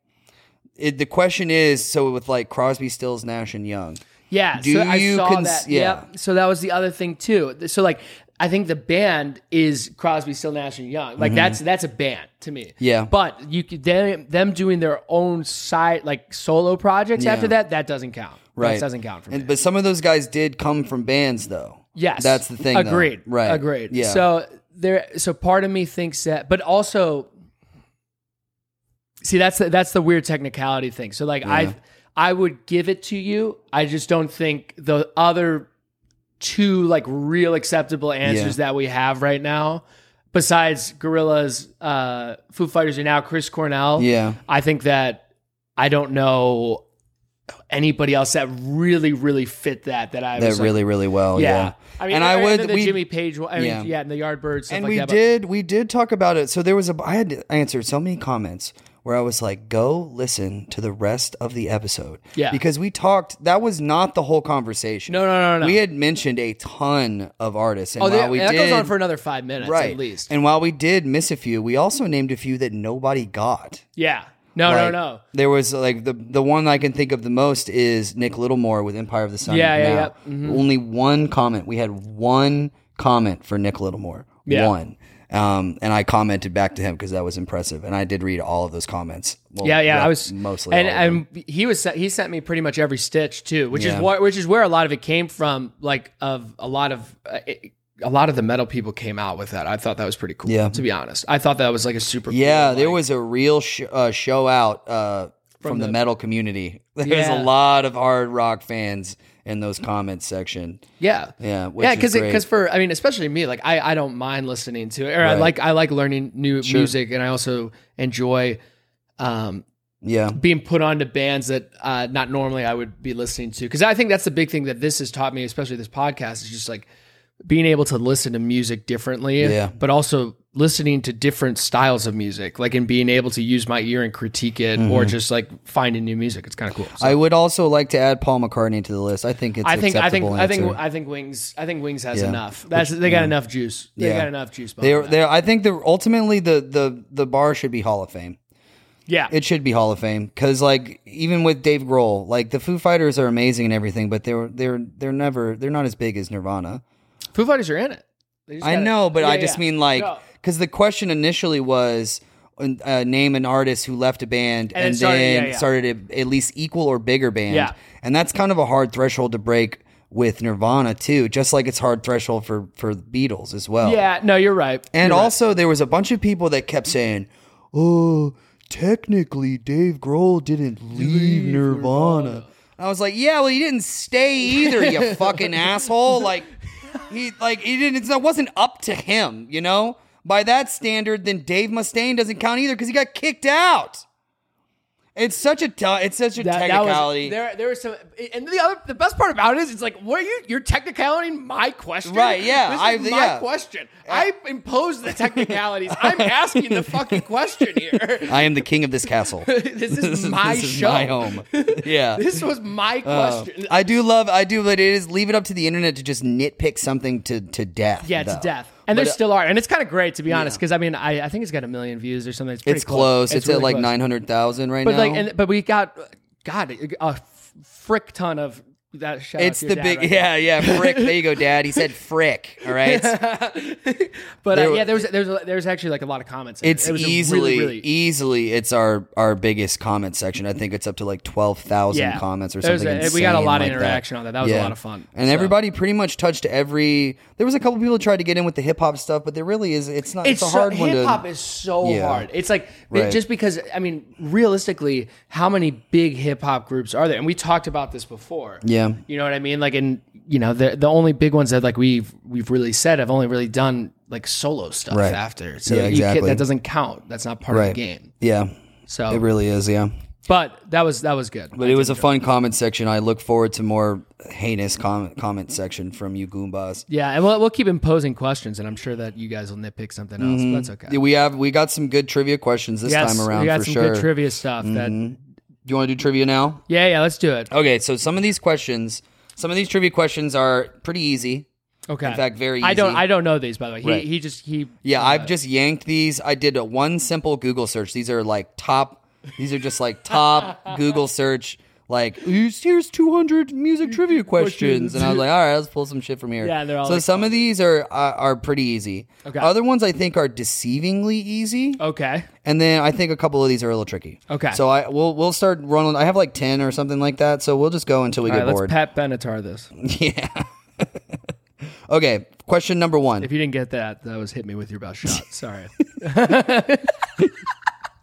Speaker 1: It, the question is, so with like Crosby, Stills, Nash, and Young,
Speaker 2: Yeah,
Speaker 1: Do
Speaker 2: so I
Speaker 1: you
Speaker 2: saw
Speaker 1: cons-
Speaker 2: that.
Speaker 1: yeah.
Speaker 2: Yep. So that was the other thing too. So like I think the band is Crosby, Still, Nash and Young. Like that's that's a band to me.
Speaker 1: Mm-hmm. Yeah.
Speaker 2: But you could- them them doing their own side like solo projects
Speaker 1: Yeah.
Speaker 2: after that that doesn't count.
Speaker 1: right?
Speaker 2: That doesn't count for me.
Speaker 1: And, but some of those guys did come from bands, though.
Speaker 2: Yes,
Speaker 1: that's the thing. though.
Speaker 2: Agreed.
Speaker 1: Right.
Speaker 2: Agreed.
Speaker 1: Yeah.
Speaker 2: So there. So part of me thinks that, but also, see, that's the, that's the weird technicality thing. So like I, I would give it to you. I just don't think the other two like real acceptable answers that we have right now, besides Gorillas, uh, Foo Fighters, and now Chris Cornell.
Speaker 1: yeah.
Speaker 2: I think that I don't know anybody else that really really fit that that I
Speaker 1: That
Speaker 2: was like,
Speaker 1: really, really well. Yeah.
Speaker 2: I mean,
Speaker 1: and I would.
Speaker 2: and the
Speaker 1: we,
Speaker 2: Jimmy Page. one- I mean,
Speaker 1: Yeah.
Speaker 2: yeah, and the Yardbirds. Stuff
Speaker 1: and
Speaker 2: like
Speaker 1: we
Speaker 2: that, but-
Speaker 1: did we did talk about it so there was a i had to answer so many comments where i was like go listen to the rest of the episode
Speaker 2: Yeah.
Speaker 1: because we talked that was not the whole conversation
Speaker 2: No, no, no, no.
Speaker 1: we had mentioned a ton of artists and
Speaker 2: Oh,
Speaker 1: while
Speaker 2: that,
Speaker 1: we
Speaker 2: that
Speaker 1: did
Speaker 2: goes on for another five minutes
Speaker 1: right
Speaker 2: at least.
Speaker 1: and while we did miss a few we also named a few that nobody got
Speaker 2: yeah. No,
Speaker 1: Like,
Speaker 2: no, no.
Speaker 1: There was like the the one I can think of the most is Nick Littlemore with Empire of the Sun.
Speaker 2: Yeah, Mm-hmm. yeah,
Speaker 1: Now,
Speaker 2: yeah.
Speaker 1: Only one comment. We had one comment for Nick Littlemore.
Speaker 2: Yeah.
Speaker 1: One. Um, and I commented back to him because that was impressive, and I did read all of those comments. Well,
Speaker 2: Yeah, yeah. I was
Speaker 1: mostly
Speaker 2: and
Speaker 1: all of them.
Speaker 2: and he was he sent me pretty much every stitch too, which
Speaker 1: Yeah.
Speaker 2: is what which is where a lot of it came from. Like of a lot of. Uh, it, a lot of the metal people came out with that. I thought that was pretty cool.
Speaker 1: Yeah.
Speaker 2: To be honest, I thought that was like a super. cool,
Speaker 1: yeah, there
Speaker 2: like-
Speaker 1: was a real sh- uh, show out uh, from, the,
Speaker 2: the-
Speaker 1: metal community. There was
Speaker 2: Yeah.
Speaker 1: a lot of hard rock fans in those comments section.
Speaker 2: Yeah.
Speaker 1: Yeah, which
Speaker 2: Yeah,
Speaker 1: is
Speaker 2: because
Speaker 1: great.
Speaker 2: because for I mean, especially me, like I, I don't mind listening to it. Or I
Speaker 1: Right.
Speaker 2: like I like learning new music, and I also enjoy um,
Speaker 1: yeah,
Speaker 2: being put onto bands that uh, not normally I would be listening to. Because I think that's the big thing that this has taught me, especially this podcast, is just like being able to listen to music differently,
Speaker 1: Yeah.
Speaker 2: but also listening to different styles of music, like and being able to use my ear and critique it,
Speaker 1: Mm-hmm.
Speaker 2: or just like finding new music. It's kind of cool. So-
Speaker 1: I would also like to add Paul McCartney to the list. I think it's.
Speaker 2: I think I think
Speaker 1: acceptable
Speaker 2: I think
Speaker 1: answer.
Speaker 2: I think Wings I think Wings has
Speaker 1: Yeah.
Speaker 2: enough. That's they got enough juice. They
Speaker 1: Yeah.
Speaker 2: got enough juice. behind
Speaker 1: They're,
Speaker 2: that.
Speaker 1: they're, I think the ultimately the, the the bar should be Hall of Fame.
Speaker 2: yeah.
Speaker 1: It should be Hall of Fame because like even with Dave Grohl, like the Foo Fighters are amazing and everything, but they're they're they're never they're not as big as Nirvana.
Speaker 2: Foo Fighters are in it. They just
Speaker 1: I
Speaker 2: gotta-
Speaker 1: know, but
Speaker 2: Yeah,
Speaker 1: I just
Speaker 2: yeah.
Speaker 1: mean like
Speaker 2: No.
Speaker 1: because the question initially was uh, name an artist who left a band and,
Speaker 2: then started-
Speaker 1: then
Speaker 2: yeah, yeah.
Speaker 1: started a, at least equal or bigger band,
Speaker 2: Yeah.
Speaker 1: and that's kind of a hard threshold to break with Nirvana too, just like it's hard threshold for for the Beatles as well.
Speaker 2: Yeah, no, you're right.
Speaker 1: And
Speaker 2: You're right.
Speaker 1: also, there was a bunch of people that kept saying, "Oh, technically Dave Grohl didn't leave Nirvana. I was like, yeah, well, he didn't stay either, you fucking asshole. Like, he like he didn't. It wasn't up to him, you know. By that standard, then Dave Mustaine doesn't count either because he got kicked out. It's such a t- it's such a
Speaker 2: That, that
Speaker 1: technicality.
Speaker 2: was there. There was some, and the other, the best part about it is, it's like, what are you? You're technicality my question,
Speaker 1: Right, yeah,
Speaker 2: This is
Speaker 1: I-
Speaker 2: my
Speaker 1: yeah.
Speaker 2: question. I impose the technicalities. I'm asking the fucking question here.
Speaker 1: I am the king of this castle.
Speaker 2: this is my
Speaker 1: this is
Speaker 2: show.
Speaker 1: my home. Yeah.
Speaker 2: This was my
Speaker 1: Uh,
Speaker 2: question.
Speaker 1: I do love, I do, but it is leave it up to the internet to just nitpick something to, to death.
Speaker 2: yeah, it's
Speaker 1: though.
Speaker 2: death, and there
Speaker 1: But, uh,
Speaker 2: still are, and it's kind of great to be honest, because I mean, I, I think it's got a million views or something. It's, pretty
Speaker 1: It's close. It's,
Speaker 2: really
Speaker 1: at like
Speaker 2: close.
Speaker 1: 900,000 right
Speaker 2: But
Speaker 1: now.
Speaker 2: like, and, but we got, God, a frick ton of that. Shout out
Speaker 1: it's
Speaker 2: to
Speaker 1: the
Speaker 2: your dad
Speaker 1: big,
Speaker 2: right there.
Speaker 1: yeah, yeah, frick. There you go, dad. He said frick. All right. It's-
Speaker 2: But
Speaker 1: There
Speaker 2: uh,
Speaker 1: were-
Speaker 2: yeah, there was there was, there was actually like a lot of comments. in it.
Speaker 1: It's
Speaker 2: It was a really,
Speaker 1: easily,
Speaker 2: really-
Speaker 1: easily, it's our our biggest comment section. I think it's up to like twelve thousand
Speaker 2: Yeah.
Speaker 1: comments or
Speaker 2: There was
Speaker 1: something.
Speaker 2: a- we got a
Speaker 1: insane
Speaker 2: lot of
Speaker 1: like
Speaker 2: interaction on that. That was a lot of fun,
Speaker 1: And
Speaker 2: so.
Speaker 1: everybody pretty much touched every. There was a couple people who tried to get in with the hip hop stuff, but there really is. It's not. It's, a hard one. to-
Speaker 2: Hip hop is so
Speaker 1: Yeah.
Speaker 2: hard. It's like
Speaker 1: Right.
Speaker 2: just because I mean, realistically, how many big hip hop groups are there? And we talked about this before.
Speaker 1: Yeah.
Speaker 2: you know what I mean. Like, and you know, the the only big ones that like we've we've really said have only really done like solo stuff
Speaker 1: Right.
Speaker 2: after. So
Speaker 1: Yeah,
Speaker 2: you
Speaker 1: exactly.
Speaker 2: can't, that doesn't count. That's not part of the game.
Speaker 1: Yeah.
Speaker 2: So,
Speaker 1: It really is, yeah.
Speaker 2: but that was that was good.
Speaker 1: But it was a fun comment section. I look forward to more heinous comment comment section from you Goombas.
Speaker 2: yeah, and we'll, we'll keep imposing questions, and I'm sure that you guys will nitpick something else. But that's okay.
Speaker 1: We have we got some good trivia questions this
Speaker 2: Yes,
Speaker 1: Mm-hmm. time around
Speaker 2: we got
Speaker 1: for
Speaker 2: some
Speaker 1: sure. Mm-hmm.
Speaker 2: good trivia stuff. That
Speaker 1: you want to do trivia now?
Speaker 2: yeah, yeah, let's do it.
Speaker 1: Okay, so some of these questions, some of these trivia questions are pretty easy.
Speaker 2: Okay.
Speaker 1: In fact, very
Speaker 2: I don't
Speaker 1: easy.
Speaker 2: I don't know these by the way. He
Speaker 1: Right.
Speaker 2: he just he
Speaker 1: Yeah, I've just yanked these. I did a one simple Google search. These are like top. These are just like top Google search. Like here's here's 200 music trivia questions, and I was like, all right, let's pull some shit from here.
Speaker 2: Yeah, and they're all
Speaker 1: so
Speaker 2: like
Speaker 1: some of these are uh, are pretty easy.
Speaker 2: Okay.
Speaker 1: Other ones I think are deceivingly easy,
Speaker 2: Okay.
Speaker 1: and then I think a couple of these are a little tricky.
Speaker 2: Okay.
Speaker 1: So I we'll we'll start running. I have like 10 or something like that. So we'll just go until we
Speaker 2: All
Speaker 1: get
Speaker 2: right, let's
Speaker 1: bored.
Speaker 2: Pat Benatar this.
Speaker 1: yeah. okay. Question number one.
Speaker 2: If you didn't get that, that was hit me with your best shot. Sorry.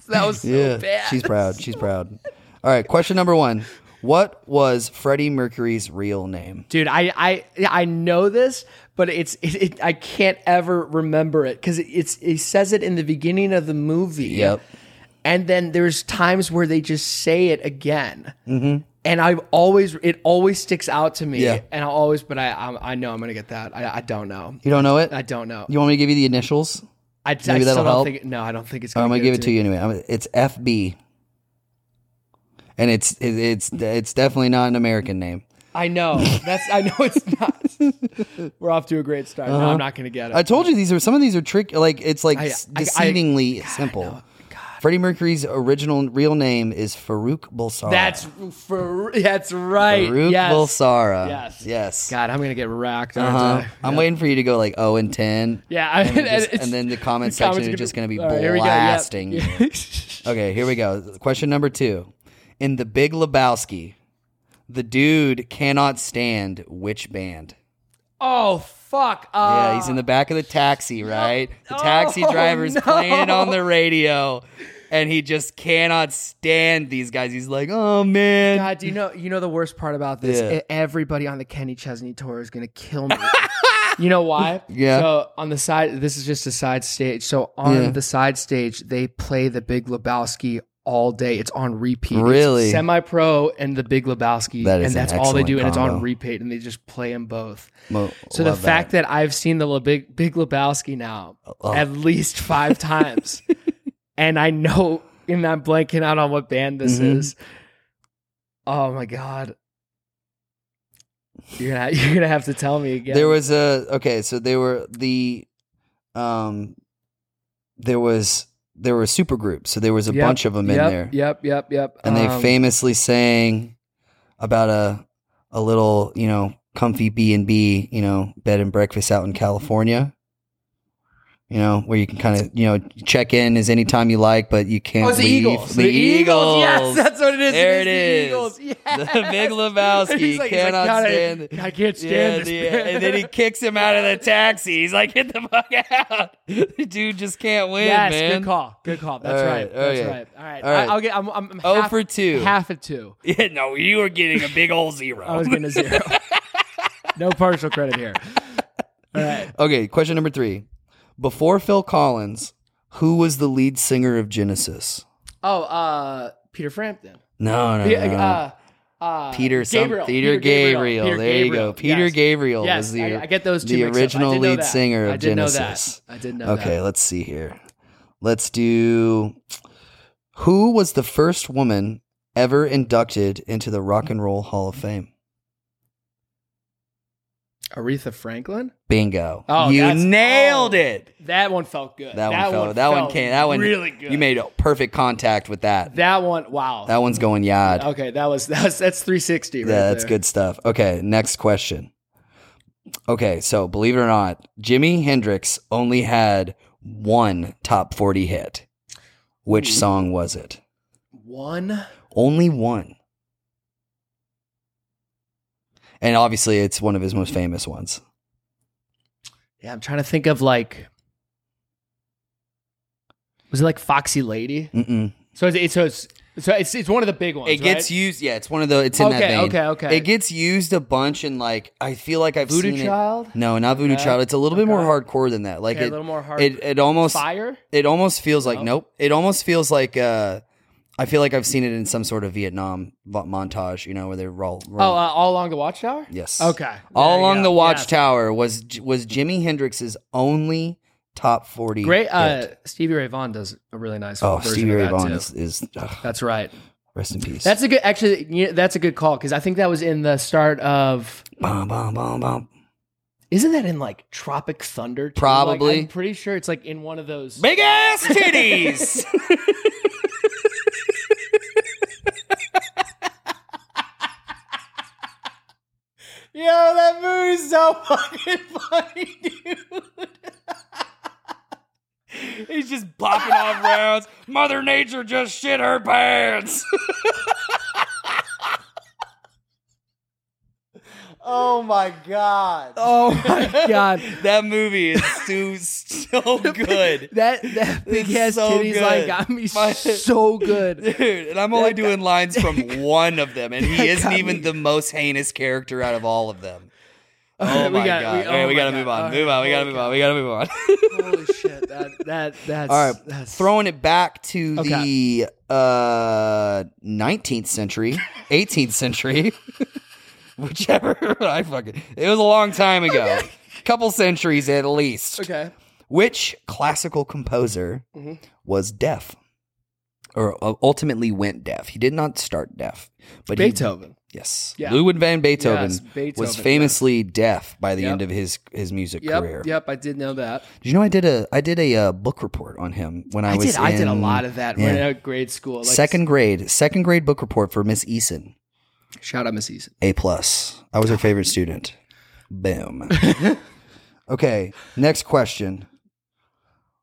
Speaker 2: that was so bad.
Speaker 1: She's proud. She's proud. All right. Question number one. What was Freddie Mercury's real name?
Speaker 2: Dude, I I I know this, but it's it, it, I can't ever remember it because it's it says it in the beginning of the movie.
Speaker 1: Yep.
Speaker 2: And then there's times where they just say it again. Mm-hmm. And I've always it always sticks out to me.
Speaker 1: Yeah.
Speaker 2: And I always, but I I, I know I'm gonna get that. I, I don't know.
Speaker 1: You don't know it?
Speaker 2: I don't know.
Speaker 1: You want me to give you the initials?
Speaker 2: I, I
Speaker 1: that'll
Speaker 2: still don't
Speaker 1: help.
Speaker 2: think. No, I don't think it's.
Speaker 1: I'm
Speaker 2: Gonna
Speaker 1: gonna give it
Speaker 2: to
Speaker 1: to you anyway. I'm- It's FB, and it's it- it's it's definitely not an American name.
Speaker 2: I know. That's. I know it's not. We're off to a great start. No,
Speaker 1: Uh-huh.
Speaker 2: I'm not going to get it.
Speaker 1: I told you these are some of these are trick. Like it's like
Speaker 2: I-
Speaker 1: s-
Speaker 2: I- I-
Speaker 1: deceivingly simple. Freddie Mercury's original real name is Farouk Bulsara.
Speaker 2: that's for. That's right.
Speaker 1: Farouk
Speaker 2: yes.
Speaker 1: Bulsara.
Speaker 2: Yes.
Speaker 1: Yes.
Speaker 2: God, I'm going to get racked. aren't
Speaker 1: Uh-huh.
Speaker 2: I?
Speaker 1: I'm waiting for you to go like 0 and 10.
Speaker 2: Yeah. I,
Speaker 1: and, just-
Speaker 2: it's-
Speaker 1: and then the comment
Speaker 2: comments
Speaker 1: section
Speaker 2: are
Speaker 1: is
Speaker 2: gonna
Speaker 1: just
Speaker 2: be-
Speaker 1: going to be
Speaker 2: All right, here we go. Yep.
Speaker 1: blasting. you. okay, here we go. Question number two. In The Big Lebowski, the dude cannot stand which band?
Speaker 2: oh fuck. Uh,
Speaker 1: yeah, he's in the back of the taxi, right? The taxi
Speaker 2: Oh,
Speaker 1: driver's
Speaker 2: no.
Speaker 1: playing it on the radio, and he just cannot stand these guys. He's like, oh, man.
Speaker 2: God, do you know? You know the worst part about this?
Speaker 1: Yeah.
Speaker 2: E- Everybody on the Kenny Chesney tour is going to kill me. you know why?
Speaker 1: Yeah.
Speaker 2: So on the side, this is just a side stage. So on
Speaker 1: Yeah.
Speaker 2: the side stage, they play the Big Lebowski all day. It's on repeat.
Speaker 1: Really?
Speaker 2: Semi pro and the Big Lebowski,
Speaker 1: That is an
Speaker 2: and that's all they
Speaker 1: excellent
Speaker 2: do, and it's on
Speaker 1: combo.
Speaker 2: repeat, and they just play them both.
Speaker 1: Mo-
Speaker 2: So the
Speaker 1: love
Speaker 2: fact that. I've seen the Le Big, Big Lebowski now
Speaker 1: Oh.
Speaker 2: at least five times, and I know, and I'm blanking out on what band this
Speaker 1: Mhm.
Speaker 2: is. Oh my god, you're gonna you're gonna have to tell me again.
Speaker 1: There was a okay, so they were the um there was there were super groups, so there was a
Speaker 2: Yep,
Speaker 1: bunch of them in
Speaker 2: yep,
Speaker 1: there.
Speaker 2: Yep, yep, yep.
Speaker 1: And
Speaker 2: Um,
Speaker 1: they famously sang about a a little, you know, comfy B and B, you know, bed and breakfast out in California. you know, where you can kind of, you know, check in as anytime you like, but you can't
Speaker 2: Oh, it's the
Speaker 1: leave.
Speaker 2: Eagles.
Speaker 1: The, Eagles.
Speaker 2: Yes, that's what it is.
Speaker 1: There it
Speaker 2: it is. The
Speaker 1: is.
Speaker 2: Eagles. Yes.
Speaker 1: The Big Lebowski
Speaker 2: He's like- he's like,
Speaker 1: cannot
Speaker 2: "God, I-
Speaker 1: stand it."
Speaker 2: I, can't stand this.
Speaker 1: the-
Speaker 2: man.
Speaker 1: and then he kicks him out of the taxi. He's like, "Get the fuck out!" The dude just can't win,
Speaker 2: yes,
Speaker 1: man.
Speaker 2: good call. Good call. That's
Speaker 1: All
Speaker 2: right.
Speaker 1: right,
Speaker 2: That's
Speaker 1: okay.
Speaker 2: right. All right.
Speaker 1: All right.
Speaker 2: I, will get. I'm. I'm
Speaker 1: Oh
Speaker 2: half,
Speaker 1: for two.
Speaker 2: Half a two.
Speaker 1: Yeah, no, you were getting a big old zero.
Speaker 2: I was gonna zero. no partial credit here. All right.
Speaker 1: okay, question number three. Before Phil Collins, who was the lead singer of Genesis?
Speaker 2: Oh, uh, Peter Frampton.
Speaker 1: No, no,
Speaker 2: Yeah,
Speaker 1: no.
Speaker 2: uh, uh,
Speaker 1: Peter, some,
Speaker 2: Gabriel.
Speaker 1: Peter, Gabriel.
Speaker 2: Peter
Speaker 1: there you go.
Speaker 2: Gabriel.
Speaker 1: Peter
Speaker 2: Yes.
Speaker 1: Gabriel
Speaker 2: Yes,
Speaker 1: was the
Speaker 2: I, I get those two
Speaker 1: the
Speaker 2: mixed up. I
Speaker 1: original
Speaker 2: did know
Speaker 1: lead
Speaker 2: that.
Speaker 1: singer of
Speaker 2: I did
Speaker 1: Genesis.
Speaker 2: Know that. I did know
Speaker 1: Okay,
Speaker 2: that.
Speaker 1: let's see here. Let's do. Who was the first woman ever inducted into the Rock and Roll Hall of Fame?
Speaker 2: Aretha Franklin.
Speaker 1: Bingo!
Speaker 2: Oh,
Speaker 1: you
Speaker 2: that's-
Speaker 1: nailed
Speaker 2: oh.
Speaker 1: it.
Speaker 2: That one felt good.
Speaker 1: That, one, felt, that one
Speaker 2: felt
Speaker 1: came. That one
Speaker 2: really good.
Speaker 1: You made a perfect contact with that.
Speaker 2: that one. Wow.
Speaker 1: That one's going yad.
Speaker 2: okay. That was that's that's 360. Right
Speaker 1: yeah, that's
Speaker 2: there.
Speaker 1: good stuff. Okay, next question. Okay, so believe it or not, Jimi Hendrix only had one top 40 hit. Which song was it?
Speaker 2: One.
Speaker 1: Only one. And obviously, it's one of his most famous ones.
Speaker 2: Yeah, I'm trying to think of like. Was it like Foxy Lady?
Speaker 1: Mm-mm.
Speaker 2: So it's, it's so it's so it's it's one of the big ones.
Speaker 1: It gets
Speaker 2: right?
Speaker 1: used. Yeah, it's one of the. It's in
Speaker 2: okay,
Speaker 1: that vein.
Speaker 2: okay, okay.
Speaker 1: It gets used a bunch, and like I feel like I've
Speaker 2: Voodoo
Speaker 1: seen it.
Speaker 2: Child.
Speaker 1: No, not Voodoo
Speaker 2: Okay.
Speaker 1: Child. It's a little bit
Speaker 2: Okay.
Speaker 1: more hardcore than that. Like
Speaker 2: okay, a
Speaker 1: it,
Speaker 2: little more hard.
Speaker 1: it, it almost
Speaker 2: Fire.
Speaker 1: it almost feels like
Speaker 2: No.
Speaker 1: nope. It almost feels like uh, I feel like I've seen it in some sort of Vietnam vo- montage, you know, where they're roll. roll.
Speaker 2: Oh, uh, all along the watchtower.
Speaker 1: yes,
Speaker 2: Okay. There
Speaker 1: All
Speaker 2: you
Speaker 1: along
Speaker 2: go.
Speaker 1: the
Speaker 2: Yeah.
Speaker 1: Watchtower was was Jimi Hendrix's only top forty.
Speaker 2: Great. Uh,
Speaker 1: hit.
Speaker 2: Stevie Ray Vaughan does a really nice.
Speaker 1: Oh,
Speaker 2: version
Speaker 1: Stevie
Speaker 2: of
Speaker 1: Ray
Speaker 2: that,
Speaker 1: Vaughan
Speaker 2: too.
Speaker 1: is, is ugh,
Speaker 2: That's right.
Speaker 1: rest in peace.
Speaker 2: That's a good. Actually, you know, that's a good call because I think that was in the start of.
Speaker 1: Bum, bum, bum, bum.
Speaker 2: Isn't that in like Tropic Thunder? too?
Speaker 1: Probably.
Speaker 2: Like, I'm pretty sure it's like in one of those.
Speaker 1: big ass titties.
Speaker 2: Yo, that movie's so fucking funny, dude.
Speaker 1: He's just bopping off rounds. Mother Nature just shit her pants.
Speaker 2: Oh my god. Oh my god.
Speaker 1: that movie is so so good.
Speaker 2: That that big ass
Speaker 1: so
Speaker 2: titties
Speaker 1: good.
Speaker 2: line got me
Speaker 1: My-
Speaker 2: so good.
Speaker 1: Dude, and I'm only
Speaker 2: That guy-
Speaker 1: doing lines from one of them, and
Speaker 2: That
Speaker 1: he isn't
Speaker 2: got
Speaker 1: even
Speaker 2: me.
Speaker 1: the most heinous character out of all of them. Oh
Speaker 2: Okay, we
Speaker 1: my
Speaker 2: got-
Speaker 1: god!
Speaker 2: we-
Speaker 1: All right,
Speaker 2: oh
Speaker 1: we
Speaker 2: my
Speaker 1: gotta
Speaker 2: God.
Speaker 1: move on.
Speaker 2: Okay,
Speaker 1: Move on. We gotta
Speaker 2: holy
Speaker 1: move on. We gotta move on.
Speaker 2: Holy shit. That that that's
Speaker 1: All right,
Speaker 2: that's
Speaker 1: Throwing it back to
Speaker 2: Okay.
Speaker 1: the uh, 19th century, 18th century, whichever. I fucking. It was a long time ago, couple centuries at least.
Speaker 2: Okay.
Speaker 1: Which classical composer
Speaker 2: Mhm.
Speaker 1: was deaf, or uh, ultimately went deaf? He did not start deaf, but he
Speaker 2: Beethoven.
Speaker 1: Yes.
Speaker 2: Yeah.
Speaker 1: Ludwig van Beethoven,
Speaker 2: Yes, Beethoven,
Speaker 1: was famously deaf by the
Speaker 2: Yep.
Speaker 1: end of his his music
Speaker 2: Yep.
Speaker 1: career.
Speaker 2: Yep, I did know that.
Speaker 1: Did you know I did a I did a uh, book report on him when I,
Speaker 2: I,
Speaker 1: was
Speaker 2: did I did a
Speaker 1: in
Speaker 2: lot of that when
Speaker 1: yeah.
Speaker 2: I was in grade school. Like
Speaker 1: second grade second grade book report for Miss Eason
Speaker 2: shout out Miss Eason.
Speaker 1: A plus. I was her favorite student. Boom. okay, next question.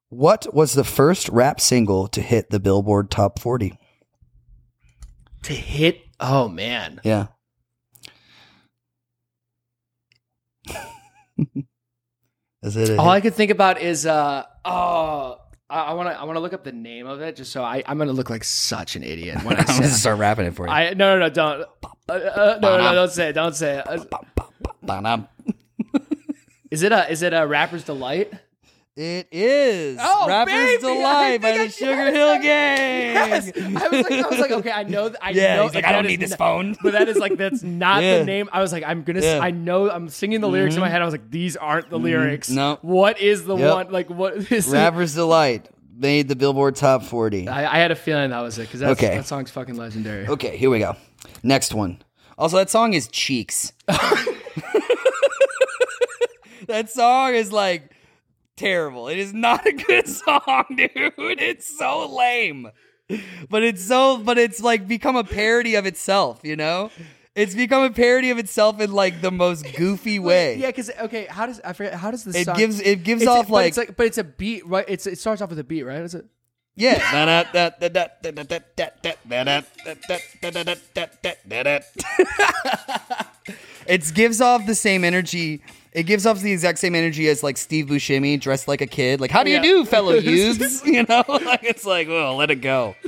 Speaker 1: What was the first rap single to hit the Billboard Top 40?
Speaker 2: To hit oh man.
Speaker 1: Yeah. Is it a
Speaker 2: All I could think about is uh oh I want to I want to look up the name of it just so I I'm gonna look like such an idiot when I
Speaker 1: I'm gonna
Speaker 2: say
Speaker 1: start rapping it for you.
Speaker 2: I no no no don't uh, uh, no, no no don't say it don't say it. Uh,
Speaker 1: Ba-dum.
Speaker 2: Is it a is it a rapper's delight?
Speaker 1: It is
Speaker 2: Oh,
Speaker 1: Rappers
Speaker 2: baby, I
Speaker 1: Delight by
Speaker 2: think I
Speaker 1: the Sugar
Speaker 2: got
Speaker 1: Hill
Speaker 2: it.
Speaker 1: Gang.
Speaker 2: Yes, I was like I was like okay I know th- I
Speaker 1: yeah,
Speaker 2: know
Speaker 1: he's like,
Speaker 2: that
Speaker 1: I don't
Speaker 2: is
Speaker 1: need this
Speaker 2: not-
Speaker 1: phone.
Speaker 2: But that is like that's not
Speaker 1: Yeah.
Speaker 2: the name. I was like I'm gonna s-
Speaker 1: Yeah.
Speaker 2: I know I'm singing the lyrics in my head. I was like these aren't the lyrics.
Speaker 1: No.
Speaker 2: what is the
Speaker 1: Yep.
Speaker 2: one like what is?
Speaker 1: Rappers Delight made the Billboard Top 40.
Speaker 2: I, I had a feeling that was it because that's
Speaker 1: Okay.
Speaker 2: that song's fucking legendary.
Speaker 1: Okay, here we go. Next one. Also, that song is Cheeks. that song is like terrible. It is not a good song, dude. It's so lame. But it's so but it's like become a parody of itself, you know? It's become a parody of itself in like the most goofy way.
Speaker 2: Yeah, because okay, how does I forget? How does the
Speaker 1: It
Speaker 2: song,
Speaker 1: gives- it gives
Speaker 2: It's-
Speaker 1: off,
Speaker 2: but it's
Speaker 1: like-
Speaker 2: like, but it's a beat, right? It's it starts off with a beat, right? Is it?
Speaker 1: Yeah. it gives off the same energy. It gives off the exact same energy as like Steve Buscemi dressed like a kid. Like, how do you
Speaker 2: Yeah.
Speaker 1: do, fellow youths? You know, like it's like, well, let it go.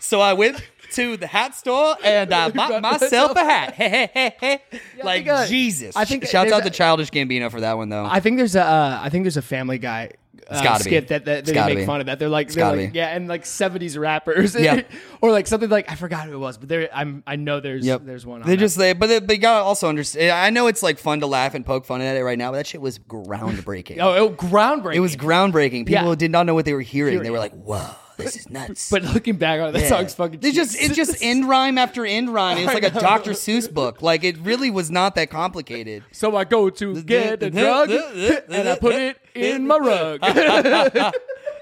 Speaker 1: So I went to the hat store and I bought myself a hat. like
Speaker 2: uh,
Speaker 1: Jesus.
Speaker 2: I think
Speaker 1: shouts
Speaker 2: there's
Speaker 1: out to
Speaker 2: a-
Speaker 1: Childish Gambino for that one though.
Speaker 2: I think there's a uh, I think there's a Family Guy uh,
Speaker 1: gotta be.
Speaker 2: skit that, that
Speaker 1: It's
Speaker 2: they
Speaker 1: gotta
Speaker 2: make
Speaker 1: be.
Speaker 2: fun of that. They're like, they're
Speaker 1: gotta
Speaker 2: like
Speaker 1: be.
Speaker 2: yeah, and like '70s rappers,
Speaker 1: Yeah.
Speaker 2: or like something like I forgot who it was, but there I'm I know there's there's one. On
Speaker 1: they
Speaker 2: that.
Speaker 1: just they, but they, but you gotta also understand. I know it's like fun to laugh and poke fun at it right now, but that shit was groundbreaking.
Speaker 2: oh it, groundbreaking.
Speaker 1: It was groundbreaking. People
Speaker 2: Yeah.
Speaker 1: did not know what they were hearing. They
Speaker 2: Hearing.
Speaker 1: were like, "Whoa, this is nuts."
Speaker 2: but looking back on it, that
Speaker 1: Yeah.
Speaker 2: song's fucking.
Speaker 1: They just it's just end rhyme after end rhyme. It's
Speaker 2: I
Speaker 1: like a
Speaker 2: know.
Speaker 1: Dr. Seuss book. Like it really was not that complicated.
Speaker 2: so I go to get a drug and I put it in my rug.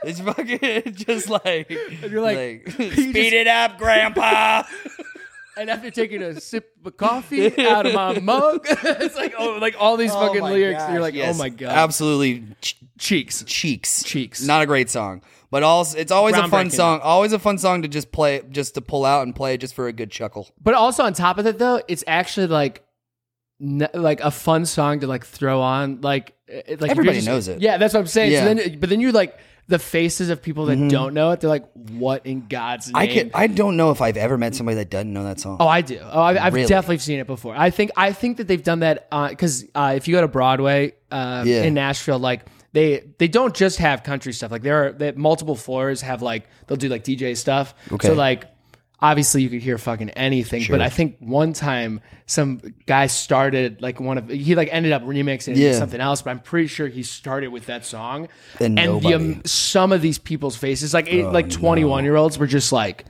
Speaker 1: It's fucking it's just like
Speaker 2: you're like, you
Speaker 1: speed
Speaker 2: just-
Speaker 1: it up, Grandpa.
Speaker 2: And after taking a sip of coffee out of my mug, it's like oh, like all these fucking lyrics. you're like,
Speaker 1: Yes,
Speaker 2: oh my god,
Speaker 1: absolutely ch-
Speaker 2: cheeks.
Speaker 1: cheeks,
Speaker 2: Cheeks.
Speaker 1: Not a great song, but also it's always a fun
Speaker 2: Groundbreaking.
Speaker 1: song. Always a fun song to just play, just to pull out and play just for a good chuckle.
Speaker 2: But also on top of that, though, it's actually like, n- like a fun song to like throw on. Like, it, like if you're
Speaker 1: Everybody
Speaker 2: just-
Speaker 1: knows it.
Speaker 2: Yeah, that's what I'm saying.
Speaker 1: Yeah. Mm-hmm.
Speaker 2: So then, but then you like the faces of people that don't know it. They're like, what in God's name?
Speaker 1: I can. I don't know if I've ever met somebody that doesn't know that song.
Speaker 2: Oh, I do. Oh, I, I've
Speaker 1: Really?
Speaker 2: definitely seen it before. I think I think that they've done that because uh, if you go to Broadway um,
Speaker 1: Yeah.
Speaker 2: in Nashville, like they they don't just have country stuff. Like there are they, multiple floors have like they'll do like DJ stuff.
Speaker 1: Okay.
Speaker 2: So like obviously you could hear fucking anything. But I think one time some guy started like one of he like ended up remixing it
Speaker 1: Yeah.
Speaker 2: to something else. But I'm pretty sure he started with that song.
Speaker 1: Then
Speaker 2: and the,
Speaker 1: nobody. Oh,
Speaker 2: some of these people's faces, like eight, like 21 year olds, were just like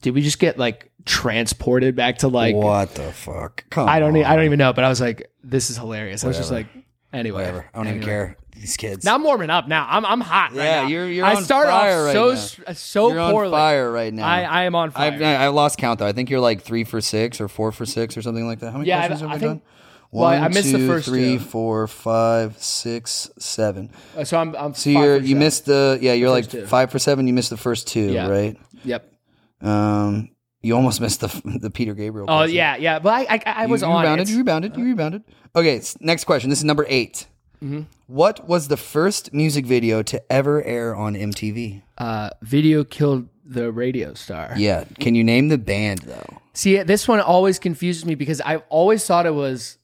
Speaker 2: did we just get like transported back to like
Speaker 1: what the fuck? Come
Speaker 2: I don't
Speaker 1: on.
Speaker 2: e- I don't even know, but I was like, this is hilarious. I was just like, anyway,
Speaker 1: Whatever. I don't even care. These kids.
Speaker 2: Now I'm warming up. Now I'm I'm hot. right
Speaker 1: Yeah,
Speaker 2: now.
Speaker 1: you're- you're
Speaker 2: I
Speaker 1: on
Speaker 2: started
Speaker 1: fire right
Speaker 2: off so
Speaker 1: now.
Speaker 2: s- uh, so
Speaker 1: you're on
Speaker 2: poorly.
Speaker 1: fire right now.
Speaker 2: I, I am on fire.
Speaker 1: I've, I lost count though. I think you're like three for six or four for six or something like that. How many
Speaker 2: Yeah, I-
Speaker 1: questions
Speaker 2: I
Speaker 1: have we done?
Speaker 2: think- well, I- I missed the
Speaker 1: two,
Speaker 2: first
Speaker 1: three,
Speaker 2: two.
Speaker 1: four, five, six, seven.
Speaker 2: Uh, so I'm I'm
Speaker 1: So you're you missed
Speaker 2: missed.
Speaker 1: the yeah you're like
Speaker 2: first two.
Speaker 1: five for seven. You missed the first two,
Speaker 2: Yeah.
Speaker 1: right?
Speaker 2: Yep.
Speaker 1: Um, you almost missed the the Peter Gabriel.
Speaker 2: Oh
Speaker 1: question.
Speaker 2: yeah, yeah. But I I, I was
Speaker 1: you, you
Speaker 2: on.
Speaker 1: rebounded.
Speaker 2: it.
Speaker 1: You rebounded. You rebounded. Okay, s- next question. This is number 8
Speaker 2: Mm-hmm.
Speaker 1: What was the first music video to ever air on MTV?
Speaker 2: Uh, video killed the radio star.
Speaker 1: Yeah, can you name the band though?
Speaker 2: See, this one always confuses me because I've always thought it was.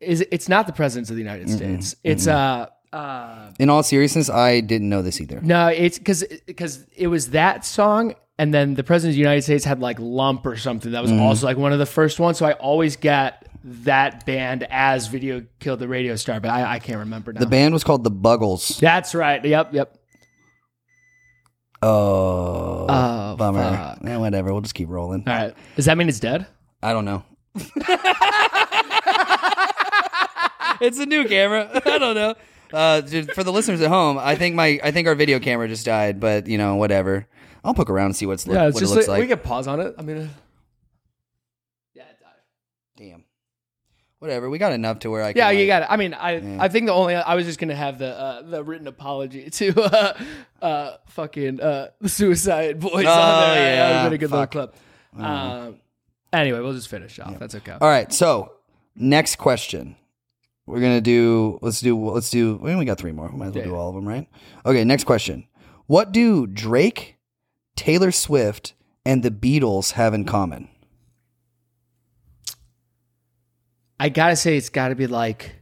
Speaker 2: Is it's not the presidents of the United States. It's uh uh.
Speaker 1: In all seriousness, I didn't know this either.
Speaker 2: No, it's because because it was that song, and then the president of the United States had like Lump or something that was
Speaker 1: Mm-hmm.
Speaker 2: also like one of the first ones. So I always got that band as Video Killed the Radio Star, but I, I can't remember now.
Speaker 1: The band was called the Buggles.
Speaker 2: That's right. Yep, yep.
Speaker 1: Oh,
Speaker 2: Oh,
Speaker 1: bummer.
Speaker 2: fuck.
Speaker 1: Eh, whatever. We'll just keep rolling.
Speaker 2: All right. Does that mean it's dead?
Speaker 1: I don't know. it's a new camera. I don't know. Uh, ju- for the listeners at home, I think my I think our video camera just died, but you know whatever. I'll poke around and see what's look, what it looks like.
Speaker 2: we could pause on it. I mean, uh, yeah, it died.
Speaker 1: Damn. Whatever. We got enough to where I can.
Speaker 2: Yeah,
Speaker 1: like-
Speaker 2: you got it. I mean, I I think the only I was just gonna have the uh, the written apology to uh, uh, fucking uh, Suicide Boys.
Speaker 1: Oh,
Speaker 2: on there. I,
Speaker 1: yeah,
Speaker 2: was gonna get
Speaker 1: fuck. Uh-huh.
Speaker 2: the clip. Um, anyway, we'll just finish off. That's okay.
Speaker 1: All right. So next question. We're gonna do. Let's do. Let's do. We only got three more. We might as well do
Speaker 2: Yeah.
Speaker 1: all of them, right? Okay. Next question. What do Drake, Taylor Swift, and the Beatles have in common?
Speaker 2: I gotta say, it's gotta be like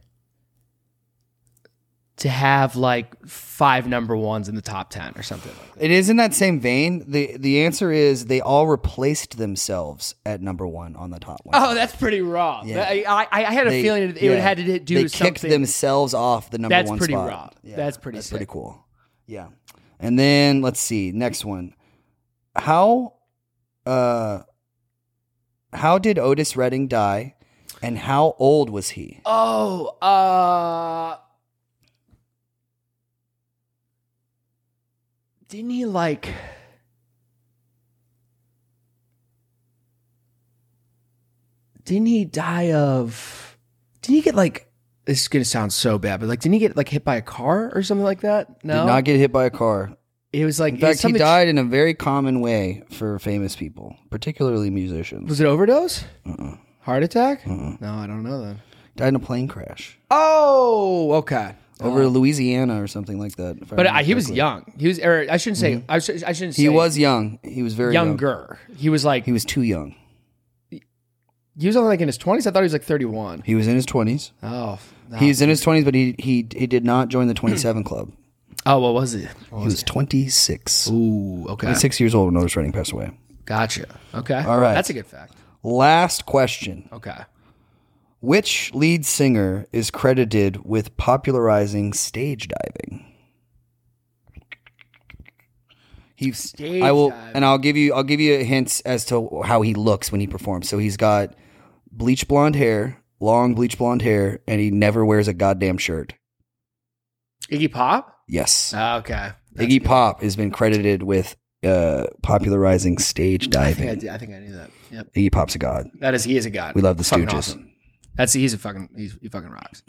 Speaker 2: to have like five number ones in the top ten or something. like
Speaker 1: It is in that same vein. the The answer is they all replaced themselves at number one on the top one.
Speaker 2: Oh, that's pretty raw.
Speaker 1: Yeah.
Speaker 2: I, I, I had a
Speaker 1: They-
Speaker 2: feeling it, it
Speaker 1: yeah.
Speaker 2: would had to do
Speaker 1: they
Speaker 2: with
Speaker 1: kicked
Speaker 2: something.
Speaker 1: themselves off the number
Speaker 2: That's
Speaker 1: one
Speaker 2: pretty
Speaker 1: spot.
Speaker 2: raw. That's pretty
Speaker 1: That's
Speaker 2: sick.
Speaker 1: pretty cool. Yeah. And then let's see next one. How, uh, how did Otis Redding die, and how old was he?
Speaker 2: Oh, uh Didn't he like didn't he die of? Didn't he get like? This is gonna sound so bad, but like, didn't he get like hit by a car or something like that? No,
Speaker 1: Did not get hit by a car.
Speaker 2: it was like
Speaker 1: In fact, he
Speaker 2: something-
Speaker 1: died in a very common way for famous people, particularly musicians.
Speaker 2: Was it overdose?
Speaker 1: Uh-uh.
Speaker 2: Heart attack?
Speaker 1: Uh-uh.
Speaker 2: No, I don't know then.
Speaker 1: Died in a plane crash
Speaker 2: Oh, okay.
Speaker 1: over Louisiana or something like that. if I
Speaker 2: But uh,
Speaker 1: remember
Speaker 2: he was
Speaker 1: correctly.
Speaker 2: young. He was, or I shouldn't say. I, should, I shouldn't say.
Speaker 1: He was young. He was very young.
Speaker 2: younger. He was like
Speaker 1: He was too young.
Speaker 2: he was only like in his twenties. I thought he was like thirty-one.
Speaker 1: He was in his twenties.
Speaker 2: Oh, no.
Speaker 1: He was in his twenties, but he he he did not join the twenty seven club.
Speaker 2: oh, what was it?
Speaker 1: He was twenty six.
Speaker 2: Ooh, okay,
Speaker 1: Six years old when Otis Redding passed away.
Speaker 2: gotcha. Okay,
Speaker 1: All right.
Speaker 2: that's a good fact.
Speaker 1: Last question.
Speaker 2: Okay,
Speaker 1: Which lead singer is credited with popularizing stage diving? He's
Speaker 2: Stage
Speaker 1: I will
Speaker 2: diving.
Speaker 1: and I'll give you I'll give you a hint as to how he looks when he performs. So he's got bleach blonde hair, long bleach blonde hair, and he never wears a goddamn shirt.
Speaker 2: Iggy Pop.
Speaker 1: Yes.
Speaker 2: Oh, okay,
Speaker 1: Iggy Pop has been credited with uh, popularizing stage
Speaker 2: I think I,
Speaker 1: diving.
Speaker 2: did, I think I knew that. Yep,
Speaker 1: Iggy Pop's a god.
Speaker 2: that is he is a god.
Speaker 1: We love the
Speaker 2: Fucking
Speaker 1: Stooges.
Speaker 2: awesome. That's he's a fucking he's, he fucking rocks.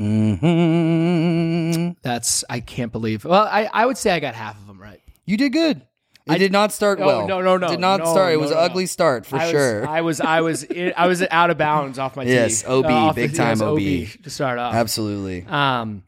Speaker 1: hmm
Speaker 2: That's I can't believe. Well, I I would say I got half of them right.
Speaker 1: You did good. It
Speaker 2: I-
Speaker 1: did not start
Speaker 2: No,
Speaker 1: well.
Speaker 2: no, no, no,
Speaker 1: Did not
Speaker 2: no,
Speaker 1: start. It
Speaker 2: no,
Speaker 1: was
Speaker 2: no,
Speaker 1: an
Speaker 2: no.
Speaker 1: ugly start for
Speaker 2: I
Speaker 1: sure.
Speaker 2: Was, I was I was in, I was out of bounds off my
Speaker 1: Yes,
Speaker 2: tee.
Speaker 1: OB,
Speaker 2: Uh, off
Speaker 1: big time
Speaker 2: yes,
Speaker 1: OB.
Speaker 2: to start off.
Speaker 1: Absolutely.
Speaker 2: Um,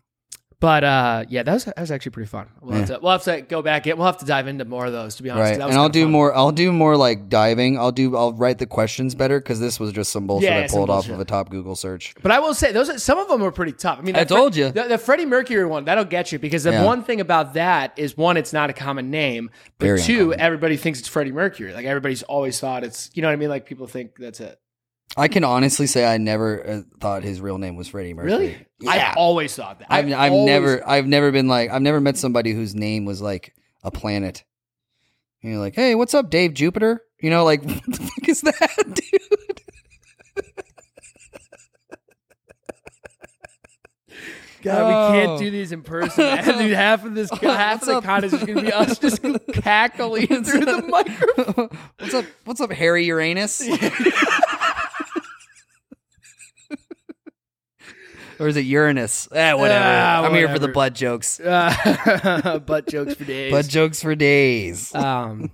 Speaker 2: but uh, yeah, that was that was actually pretty fun. We'll, have, to, we'll have to go back in. We'll have to dive into more of those. To be honest, 'cause
Speaker 1: Right.
Speaker 2: that
Speaker 1: And
Speaker 2: was
Speaker 1: I'll
Speaker 2: kinda
Speaker 1: do
Speaker 2: fun.
Speaker 1: more I'll do more like diving. I'll do I'll write the questions better cuz this was just some bullshit
Speaker 2: Yeah,
Speaker 1: I
Speaker 2: some
Speaker 1: pulled off
Speaker 2: bullshit.
Speaker 1: of a top Google search.
Speaker 2: But I will say those are- some of them were pretty tough. I mean,
Speaker 1: I
Speaker 2: that Fre-
Speaker 1: told you.
Speaker 2: the, the Freddie Mercury one that'll get you because the
Speaker 1: Yeah.
Speaker 2: one thing about that is one, it's not a common name, but
Speaker 1: Very
Speaker 2: two, eh,
Speaker 1: uncommon.
Speaker 2: everybody thinks it's Freddie Mercury. Like everybody's always thought it's you know what I mean. Like people think that's it.
Speaker 1: I can honestly say I never uh, thought his real name was Freddie Mercury.
Speaker 2: Really,
Speaker 1: Yeah.
Speaker 2: I've always thought that.
Speaker 1: I've, I've,
Speaker 2: always-
Speaker 1: never I've never been like I've never met somebody whose name was like a planet. And you're like, "Hey, what's up, Dave Jupiter?" You know, like what the fuck is that, dude?
Speaker 2: God, we
Speaker 1: Oh.
Speaker 2: can't do these in person. Dude, half of this, half
Speaker 1: What's
Speaker 2: of the
Speaker 1: up?
Speaker 2: con is just gonna be us just cackling through the microphone.
Speaker 1: what's up? What's up, Harry Uranus? or is it Uranus? Eh, whatever.
Speaker 2: Ah,
Speaker 1: I'm here for the
Speaker 2: whatever.
Speaker 1: butt jokes.
Speaker 2: Uh, butt jokes for days.
Speaker 1: Butt jokes for days.
Speaker 2: um.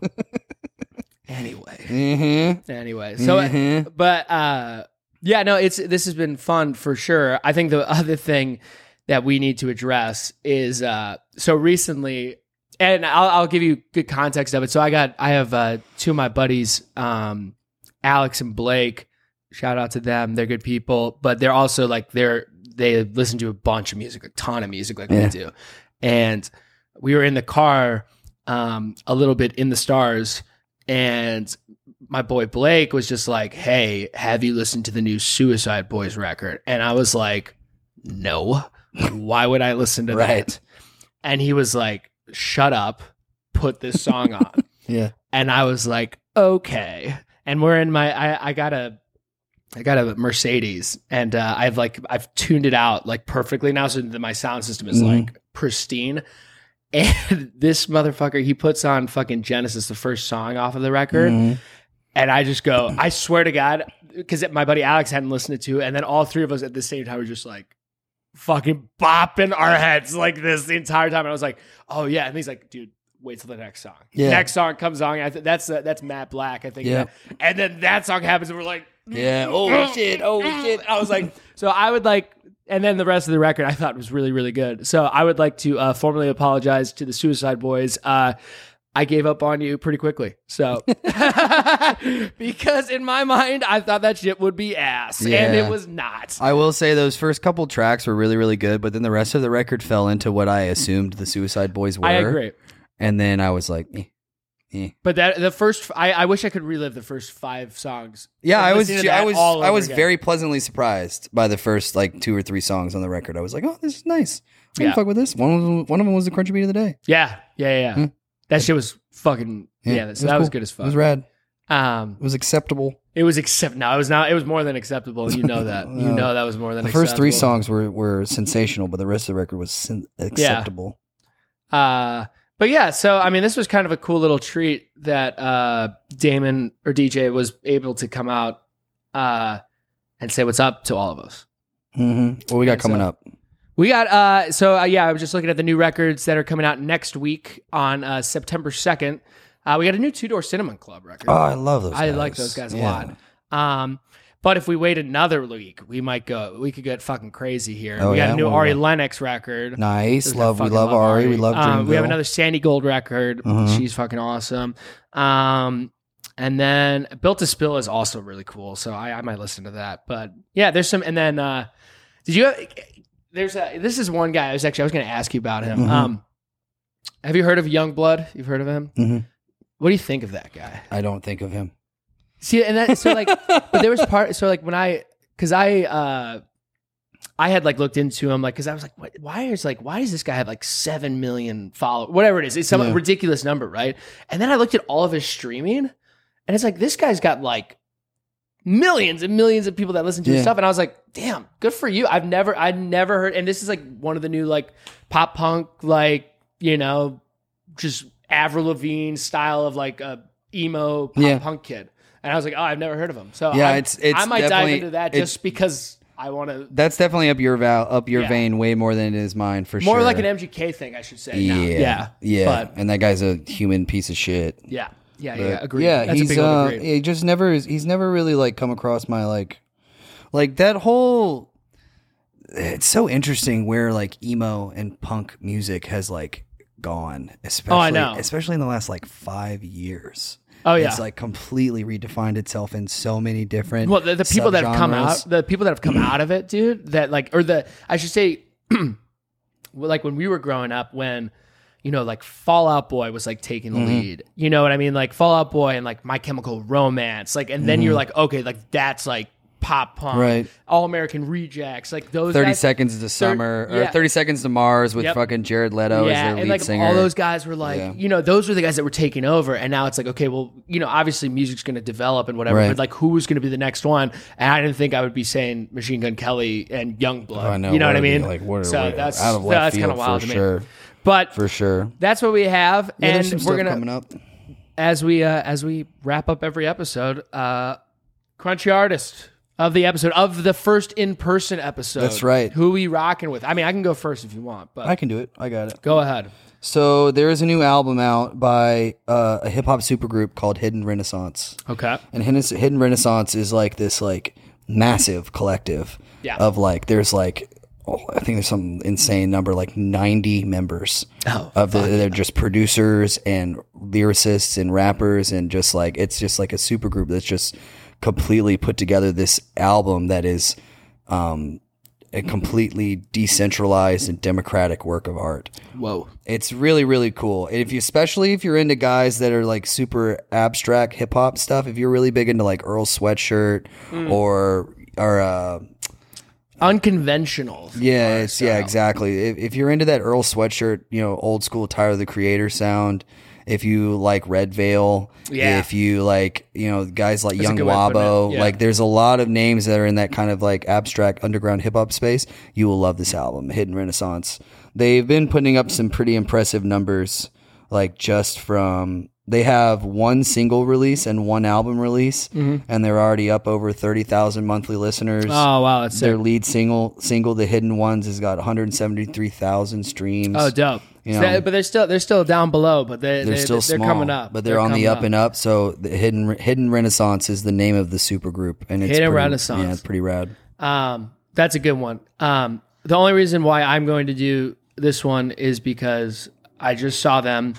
Speaker 2: anyway,
Speaker 1: hmm
Speaker 2: anyway. So, uh,
Speaker 1: mm-hmm,
Speaker 2: but uh, yeah, no, it's this has been fun for sure. I think the other thing that we need to address is uh, so recently, and I'll, I'll give you good context of it. So I got I have uh, two of my buddies, um, Alex and Blake. Shout out to them; they're good people, but they're also like they're they listen to a bunch of music, a ton of music, like
Speaker 1: Yeah.
Speaker 2: we do, and we were in the car um, a little bit in the stars and my boy blake was just like hey have you listened to the new suicide boys record and i was like no why would i listen to
Speaker 1: Right.
Speaker 2: that and he was like shut up put this song on
Speaker 1: Yeah.
Speaker 2: and i was like okay and we're in my i, I got a I got a Mercedes, and uh, I've like I've tuned it out like perfectly now, so that my sound system is
Speaker 1: Mhm.
Speaker 2: like pristine. And this motherfucker, he puts on fucking Genesis, the first song off of the record,
Speaker 1: Mhm.
Speaker 2: and I just go, I swear to God, because my buddy Alex hadn't listened to, it, and then all three of us at the same time were just like fucking bopping our heads like this the entire time. And I was like, oh yeah, and he's like, dude. Wait till the next song.
Speaker 1: Yeah.
Speaker 2: Next song comes on. I th- that's uh, that's Matt Black, I think.
Speaker 1: Yeah.
Speaker 2: And then that song happens, and we're like,
Speaker 1: Yeah. Oh shit. Oh shit.
Speaker 2: I was like, so I would like, and then the rest of the record I thought was really, really good. So I would like to uh, formally apologize to the Suicide Boys. Uh, I gave up on you pretty quickly. So, because in my mind, I thought that shit would be ass, and
Speaker 1: Yeah.
Speaker 2: it was not.
Speaker 1: I will say those first couple tracks were really, really good, but then the rest of the record fell into what I assumed the Suicide Boys were.
Speaker 2: I agree.
Speaker 1: And then I was like, eh.
Speaker 2: But that the first, I, I wish I could relive the first five songs.
Speaker 1: yeah,
Speaker 2: And
Speaker 1: I was,
Speaker 2: listening to
Speaker 1: I
Speaker 2: that
Speaker 1: was,
Speaker 2: all
Speaker 1: I
Speaker 2: over
Speaker 1: was
Speaker 2: again.
Speaker 1: very pleasantly surprised by the first like two or three songs on the record. I was like, oh, this is nice. I can
Speaker 2: Yeah.
Speaker 1: fuck with this. One, was, one of them was the crunchy beat of the day.
Speaker 2: yeah, yeah, yeah.
Speaker 1: Hmm.
Speaker 2: That shit was fucking yeah.
Speaker 1: it
Speaker 2: that, that was
Speaker 1: cool.
Speaker 2: good as
Speaker 1: It was
Speaker 2: fuck.
Speaker 1: rad.
Speaker 2: Um,
Speaker 1: It was acceptable.
Speaker 2: It was accept. No, it was not. It was more than acceptable. and You know that. You
Speaker 1: Yeah.
Speaker 2: know that was more than
Speaker 1: Uh, The first three
Speaker 2: acceptable.
Speaker 1: songs were, were sensational, but the rest of the record was sen- acceptable.
Speaker 2: Uh, but yeah. So I mean, this was kind of a cool little treat that uh, Damon or DJ was able to come out uh, and say what's up to all of us.
Speaker 1: Mm-hmm. What we got coming
Speaker 2: so.
Speaker 1: up?
Speaker 2: We got uh so uh, yeah, I was just looking at the new records that are coming out next week on uh September 2nd. Uh we got a new Two Door Cinnamon Club record.
Speaker 1: Oh, I love those.
Speaker 2: I
Speaker 1: guys.
Speaker 2: like those guys a
Speaker 1: Yeah.
Speaker 2: lot. Um but if we wait another week, we might go we could get fucking crazy here.
Speaker 1: Oh,
Speaker 2: we got
Speaker 1: yeah?
Speaker 2: a new
Speaker 1: What
Speaker 2: Ari
Speaker 1: we
Speaker 2: Lennox record.
Speaker 1: Nice.
Speaker 2: Just
Speaker 1: Love. We
Speaker 2: fucking
Speaker 1: love, Ari. We love Dreamville.
Speaker 2: Um, we have another Sandy Gold record.
Speaker 1: Mhm.
Speaker 2: She's fucking awesome. Um, and then Built to Spill is also really cool. So I, I might listen to that. But yeah, there's some. And then uh, did you? There's a. This is one guy. I was actually I was going to ask you about him.
Speaker 1: Mhm.
Speaker 2: Um, have you heard of Youngblood? You've heard of him.
Speaker 1: Mhm.
Speaker 2: What do you think of that guy?
Speaker 1: I don't think of him.
Speaker 2: See, and that so like, but there was part. So like when I, because I, uh I had like looked into him, like because I was like, what, why is like why does this guy have like seven million followers? Whatever it is, it's some
Speaker 1: Yeah.
Speaker 2: ridiculous number, right? And then I looked at all of his streaming, and it's like this guy's got like millions and millions of people that listen to his
Speaker 1: Yeah.
Speaker 2: stuff, and I was like, damn, good for you. I've never, I'd never heard, and this is like one of the new like pop punk like you know just Avril Lavigne style of like a emo pop
Speaker 1: Yeah.
Speaker 2: punk kid. And I was like, oh, I've never heard of him. So
Speaker 1: Yeah,
Speaker 2: I'm-
Speaker 1: it's- it's
Speaker 2: I might dive
Speaker 1: definitely-
Speaker 2: into that
Speaker 1: it's-
Speaker 2: just because I want to
Speaker 1: That's definitely up your val, up your
Speaker 2: Yeah.
Speaker 1: vein way more than it is mine for sure.
Speaker 2: more like an MGK thing, I should say.
Speaker 1: Yeah,
Speaker 2: now. yeah,
Speaker 1: yeah,
Speaker 2: But
Speaker 1: and that guy's a human piece of shit.
Speaker 2: yeah, yeah,
Speaker 1: But,
Speaker 2: yeah. Agree.
Speaker 1: Yeah,
Speaker 2: That's
Speaker 1: he's
Speaker 2: a big old
Speaker 1: uh,
Speaker 2: agree.
Speaker 1: he just never is. He's never really like come across my like, like that whole. It's so interesting where like emo and punk music has like gone, especially
Speaker 2: Oh, know.
Speaker 1: especially in the last like five years.
Speaker 2: oh yeah.
Speaker 1: It's like completely redefined itself in so many different.
Speaker 2: well, the, the people that have come
Speaker 1: subgenres.
Speaker 2: out, the people that have come out of it, dude. That like, or the I should say, well, like when we were growing up, when you know, like Fallout Boy was like taking the
Speaker 1: Mm-hmm.
Speaker 2: lead. You know what I mean? Like Fallout Boy and like My Chemical Romance. Like, and then you're like, okay, like that's like pop punk,
Speaker 1: Mm-hmm. Right.
Speaker 2: All American Rejects, like those.
Speaker 1: 30
Speaker 2: guys-
Speaker 1: seconds to summer or
Speaker 2: yeah.
Speaker 1: 30 seconds to Mars with
Speaker 2: Yep.
Speaker 1: fucking Jared Leto as their
Speaker 2: Yeah,
Speaker 1: lead
Speaker 2: and like
Speaker 1: singer.
Speaker 2: all those guys were like,
Speaker 1: Yeah.
Speaker 2: you know, those were the guys that were taking over, and now it's like, okay, well, you know, obviously music's going to develop and whatever,
Speaker 1: Right.
Speaker 2: but like, who was going to be the next one? And I didn't think I would be saying Machine Gun Kelly and Youngblood.
Speaker 1: Oh, I know.
Speaker 2: you know what I
Speaker 1: are they-
Speaker 2: mean?
Speaker 1: Like, what are
Speaker 2: so
Speaker 1: we-
Speaker 2: that's
Speaker 1: out of left
Speaker 2: that's kind
Speaker 1: field
Speaker 2: of wild
Speaker 1: for
Speaker 2: to
Speaker 1: sure.
Speaker 2: me. But
Speaker 1: For sure.
Speaker 2: that's what we have,
Speaker 1: Yeah, there's
Speaker 2: and
Speaker 1: some
Speaker 2: we're
Speaker 1: stuff
Speaker 2: gonna
Speaker 1: coming up.
Speaker 2: as we uh, as we wrap up every episode, uh, crunchy artist of the episode of the first in person episode.
Speaker 1: That's right.
Speaker 2: Who we rocking with? I mean, I can go first if you want, but
Speaker 1: I can do it. I got it.
Speaker 2: go ahead.
Speaker 1: So there is a new album out by uh, a hip hop supergroup called Hidden Renaissance.
Speaker 2: Okay.
Speaker 1: And Hidden, Hidden Renaissance is like this like massive collective
Speaker 2: Yeah.
Speaker 1: of like there's like oh, I think there's some insane number like 90 members
Speaker 2: Oh,
Speaker 1: of the, they're just producers and lyricists and rappers and just like it's just like a supergroup that's just completely put together this album that is um, a completely decentralized and democratic work of art.
Speaker 2: Whoa.
Speaker 1: It's really really cool. If you especially if you're into guys that are like super abstract hip hop stuff, if you're really big into like Earl Sweatshirt or or uh
Speaker 2: unconventional.
Speaker 1: yeah, it's yeah, exactly. If, if you're into that Earl Sweatshirt, you know, old school Tyler the Creator sound, if you like Red Veil,
Speaker 2: Yeah.
Speaker 1: if you like, you know, guys like Young
Speaker 2: good way of putting
Speaker 1: Wabo,
Speaker 2: it, yeah.
Speaker 1: like there's a lot of names that are in that kind of like abstract underground hip hop space, you will love this album, Hidden Renaissance. They've been putting up some pretty impressive numbers like just from they have one single release and one album release and they're already up over 30,000 monthly listeners.
Speaker 2: Mm-hmm. Oh wow, that's sick.
Speaker 1: Their lead single, single "The Hidden Ones," has got 173,000 streams.
Speaker 2: Oh, dope.
Speaker 1: You
Speaker 2: So
Speaker 1: know.
Speaker 2: that- but they're still they're still down below, but they,
Speaker 1: they're
Speaker 2: they,
Speaker 1: still
Speaker 2: they're
Speaker 1: small,
Speaker 2: coming up.
Speaker 1: but they're, on the
Speaker 2: coming
Speaker 1: up, and up. So, the hidden hidden renaissance is the name of the supergroup, and it's
Speaker 2: Hidden
Speaker 1: pretty,
Speaker 2: Renaissance.
Speaker 1: Yeah, it's pretty rad.
Speaker 2: Um, that's a good one. Um, the only reason why I'm going to do this one is because I just saw them,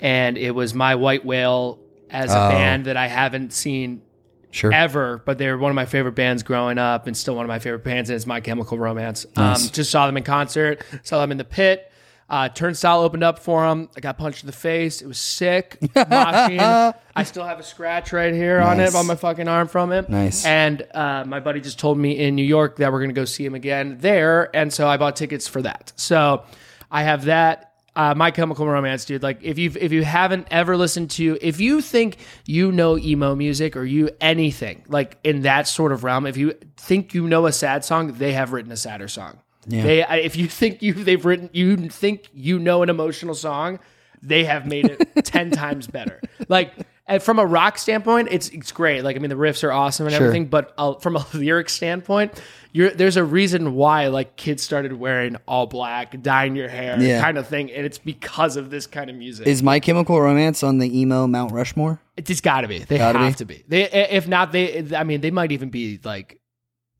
Speaker 2: and it was my White Whale as a
Speaker 1: Oh.
Speaker 2: band that I haven't seen
Speaker 1: Sure.
Speaker 2: ever, but they were one of my favorite bands growing up and still one of my favorite bands. And it's My Chemical Romance. Um, just saw them in concert, saw them in the pit. Uh, Turnstile opened up for them. I got punched in the face. It was sick. Moshing. I still have a scratch right here on it
Speaker 1: Nice.
Speaker 2: on my fucking arm from it.
Speaker 1: Nice.
Speaker 2: And uh, my buddy just told me in New York that we're going to go see him again there. And so I bought tickets for that. So I have that. Uh, my Chemical Romance, dude. Like, if you have if you haven't ever listened to, if you think you know emo music or you anything like in that sort of realm, if you think you know a sad song, they have written a sadder song. They, I- if you think you they've written, you think you know an emotional song, they have made it ten times better. Like and from a rock standpoint, it's it's great. Like I mean, the riffs are awesome and
Speaker 3: Sure.
Speaker 2: everything. But uh, from a lyric standpoint, you're, there's a reason why like kids started wearing all black, dyeing your hair,
Speaker 3: Yeah.
Speaker 2: kind of thing, and it's because of this kind of music.
Speaker 3: Is My Chemical Romance on the emo Mount Rushmore?
Speaker 2: It's, it's got to be. They
Speaker 3: Gotta
Speaker 2: have
Speaker 3: be.
Speaker 2: to be. They i- if not they I mean they might even be like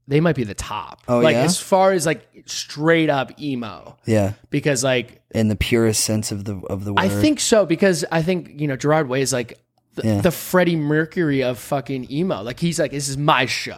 Speaker 2: they might be the top.
Speaker 3: Oh,
Speaker 2: like
Speaker 3: yeah?
Speaker 2: as far as like straight up emo
Speaker 3: Yeah,
Speaker 2: because like
Speaker 3: in the purest sense of the of the word.
Speaker 2: I think so because I think you know Gerard Way is like the,
Speaker 3: Yeah.
Speaker 2: the Freddie Mercury of fucking emo. Like he's like this is my show.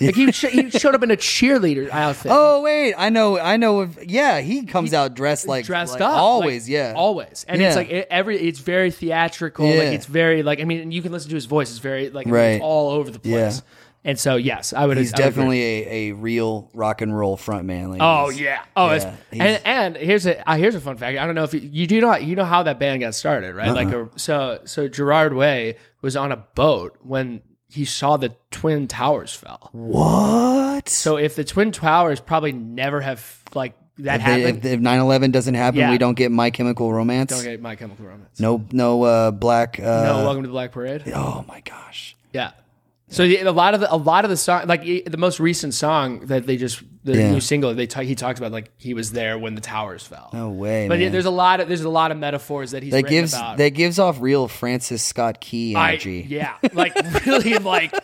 Speaker 2: Like he, sh- he showed up in a cheerleader outfit.
Speaker 3: Oh wait, I know, I know. If, yeah, he comes out dressed like
Speaker 2: dressed
Speaker 3: like
Speaker 2: up like,
Speaker 3: always. yeah,
Speaker 2: always and
Speaker 3: Yeah.
Speaker 2: it's like it, every it's very theatrical
Speaker 3: Yeah.
Speaker 2: like it's very like i mean and you can listen to his voice it's very like I mean,
Speaker 3: Right.
Speaker 2: it's all over the place and so yes i would
Speaker 3: he's
Speaker 2: I would agree.
Speaker 3: definitely a, a real rock and roll front man. Like
Speaker 2: Oh
Speaker 3: he's-
Speaker 2: yeah. Oh,
Speaker 3: yeah,
Speaker 2: it's,
Speaker 3: he's-
Speaker 2: and and here's a uh, here's a fun fact. I don't know if you, you do not you know how that band got started, right? Like
Speaker 3: Uh-uh.
Speaker 2: a, so so Gerard Way was on a boat when he saw the twin towers fell.
Speaker 3: What?
Speaker 2: So if the twin towers probably never have like that
Speaker 3: If they-
Speaker 2: happened,
Speaker 3: if, if 9-11 doesn't happen,
Speaker 2: Yeah.
Speaker 3: we don't get My Chemical Romance.
Speaker 2: don't get My Chemical Romance.
Speaker 3: No, no uh, black. Uh,
Speaker 2: No, Welcome to the Black Parade.
Speaker 3: Oh my gosh.
Speaker 2: Yeah. So the, a lot of the, a lot of the song, like e- the most recent song that they just the
Speaker 3: Yeah.
Speaker 2: new single they ta- he talks about like he was there when the towers fell.
Speaker 3: No way.
Speaker 2: But yeah,
Speaker 3: Oh, man.
Speaker 2: there's a lot of there's a lot of metaphors that he's
Speaker 3: that
Speaker 2: written
Speaker 3: gives
Speaker 2: about.
Speaker 3: that gives off real Francis Scott Key
Speaker 2: I-
Speaker 3: energy.
Speaker 2: yeah, like really, like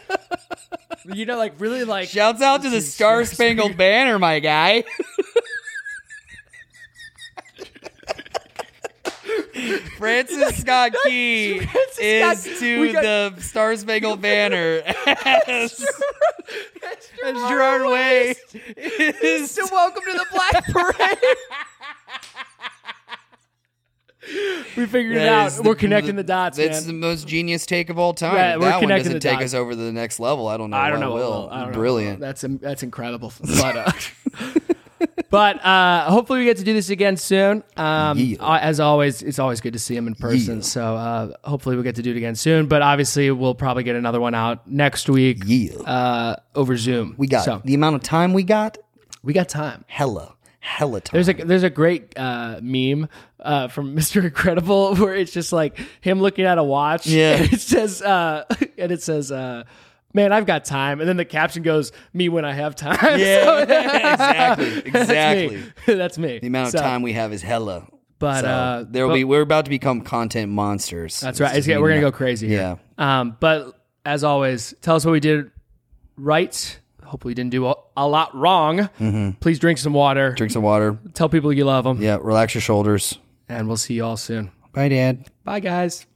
Speaker 2: you know, like really, like
Speaker 1: Shouts out to the Star Spangled Banner, my guy. Francis Scott Key
Speaker 2: Francis Scott-
Speaker 1: is to
Speaker 2: we got-
Speaker 1: the Star Spangled Banner as, as Gerard Way is
Speaker 2: So welcome to the Black Parade. we figured it
Speaker 1: That
Speaker 2: out.
Speaker 1: is the-
Speaker 2: We're connecting the dots,
Speaker 1: It's
Speaker 2: man.
Speaker 1: the most genius take of all time.
Speaker 2: Yeah,
Speaker 1: If
Speaker 2: we're
Speaker 1: that one
Speaker 2: connecting
Speaker 1: doesn't
Speaker 2: the
Speaker 1: take
Speaker 2: dots.
Speaker 1: us over to the next level. I don't know.
Speaker 2: I don't
Speaker 1: what
Speaker 2: know.
Speaker 1: Will.
Speaker 2: Will. I don't know.
Speaker 1: Brilliant.
Speaker 2: That's that's incredible. But, uh, but uh, hopefully we get to do this again soon. Um,
Speaker 3: Yeah.
Speaker 2: uh, As always, it's always good to see him in person.
Speaker 3: Yeah.
Speaker 2: So uh, hopefully we get to do it again soon. But obviously we'll probably get another one out next week
Speaker 3: Yeah.
Speaker 2: uh, over Zoom.
Speaker 3: we got
Speaker 2: so
Speaker 3: the amount of time we got.
Speaker 2: we got time.
Speaker 3: Hella, hella time.
Speaker 2: There's a there's a great uh, meme uh, from Mr. Incredible where it's just like him looking at a watch.
Speaker 1: Yeah.
Speaker 2: And it says uh, and it says uh, man, I've got time. And then the caption goes, me when I have time.
Speaker 1: Yeah,
Speaker 2: So-
Speaker 1: exactly.
Speaker 2: that's
Speaker 1: Exactly.
Speaker 2: me. That's me.
Speaker 3: the amount of time we have is hella.
Speaker 2: But
Speaker 3: So
Speaker 2: uh,
Speaker 3: there will
Speaker 2: but-
Speaker 3: be. We're about to become content monsters.
Speaker 2: That's right. It's, yeah, we're gonna go crazy. Here. Yeah. Um, but as always, tell us what we did right. Hopefully, we didn't do a, a lot wrong. Please drink some water.
Speaker 3: Drink some water.
Speaker 2: Tell people you love them,
Speaker 3: Yeah, relax your shoulders.
Speaker 2: and we'll see you all soon.
Speaker 3: Bye, Dad.
Speaker 2: Bye, guys.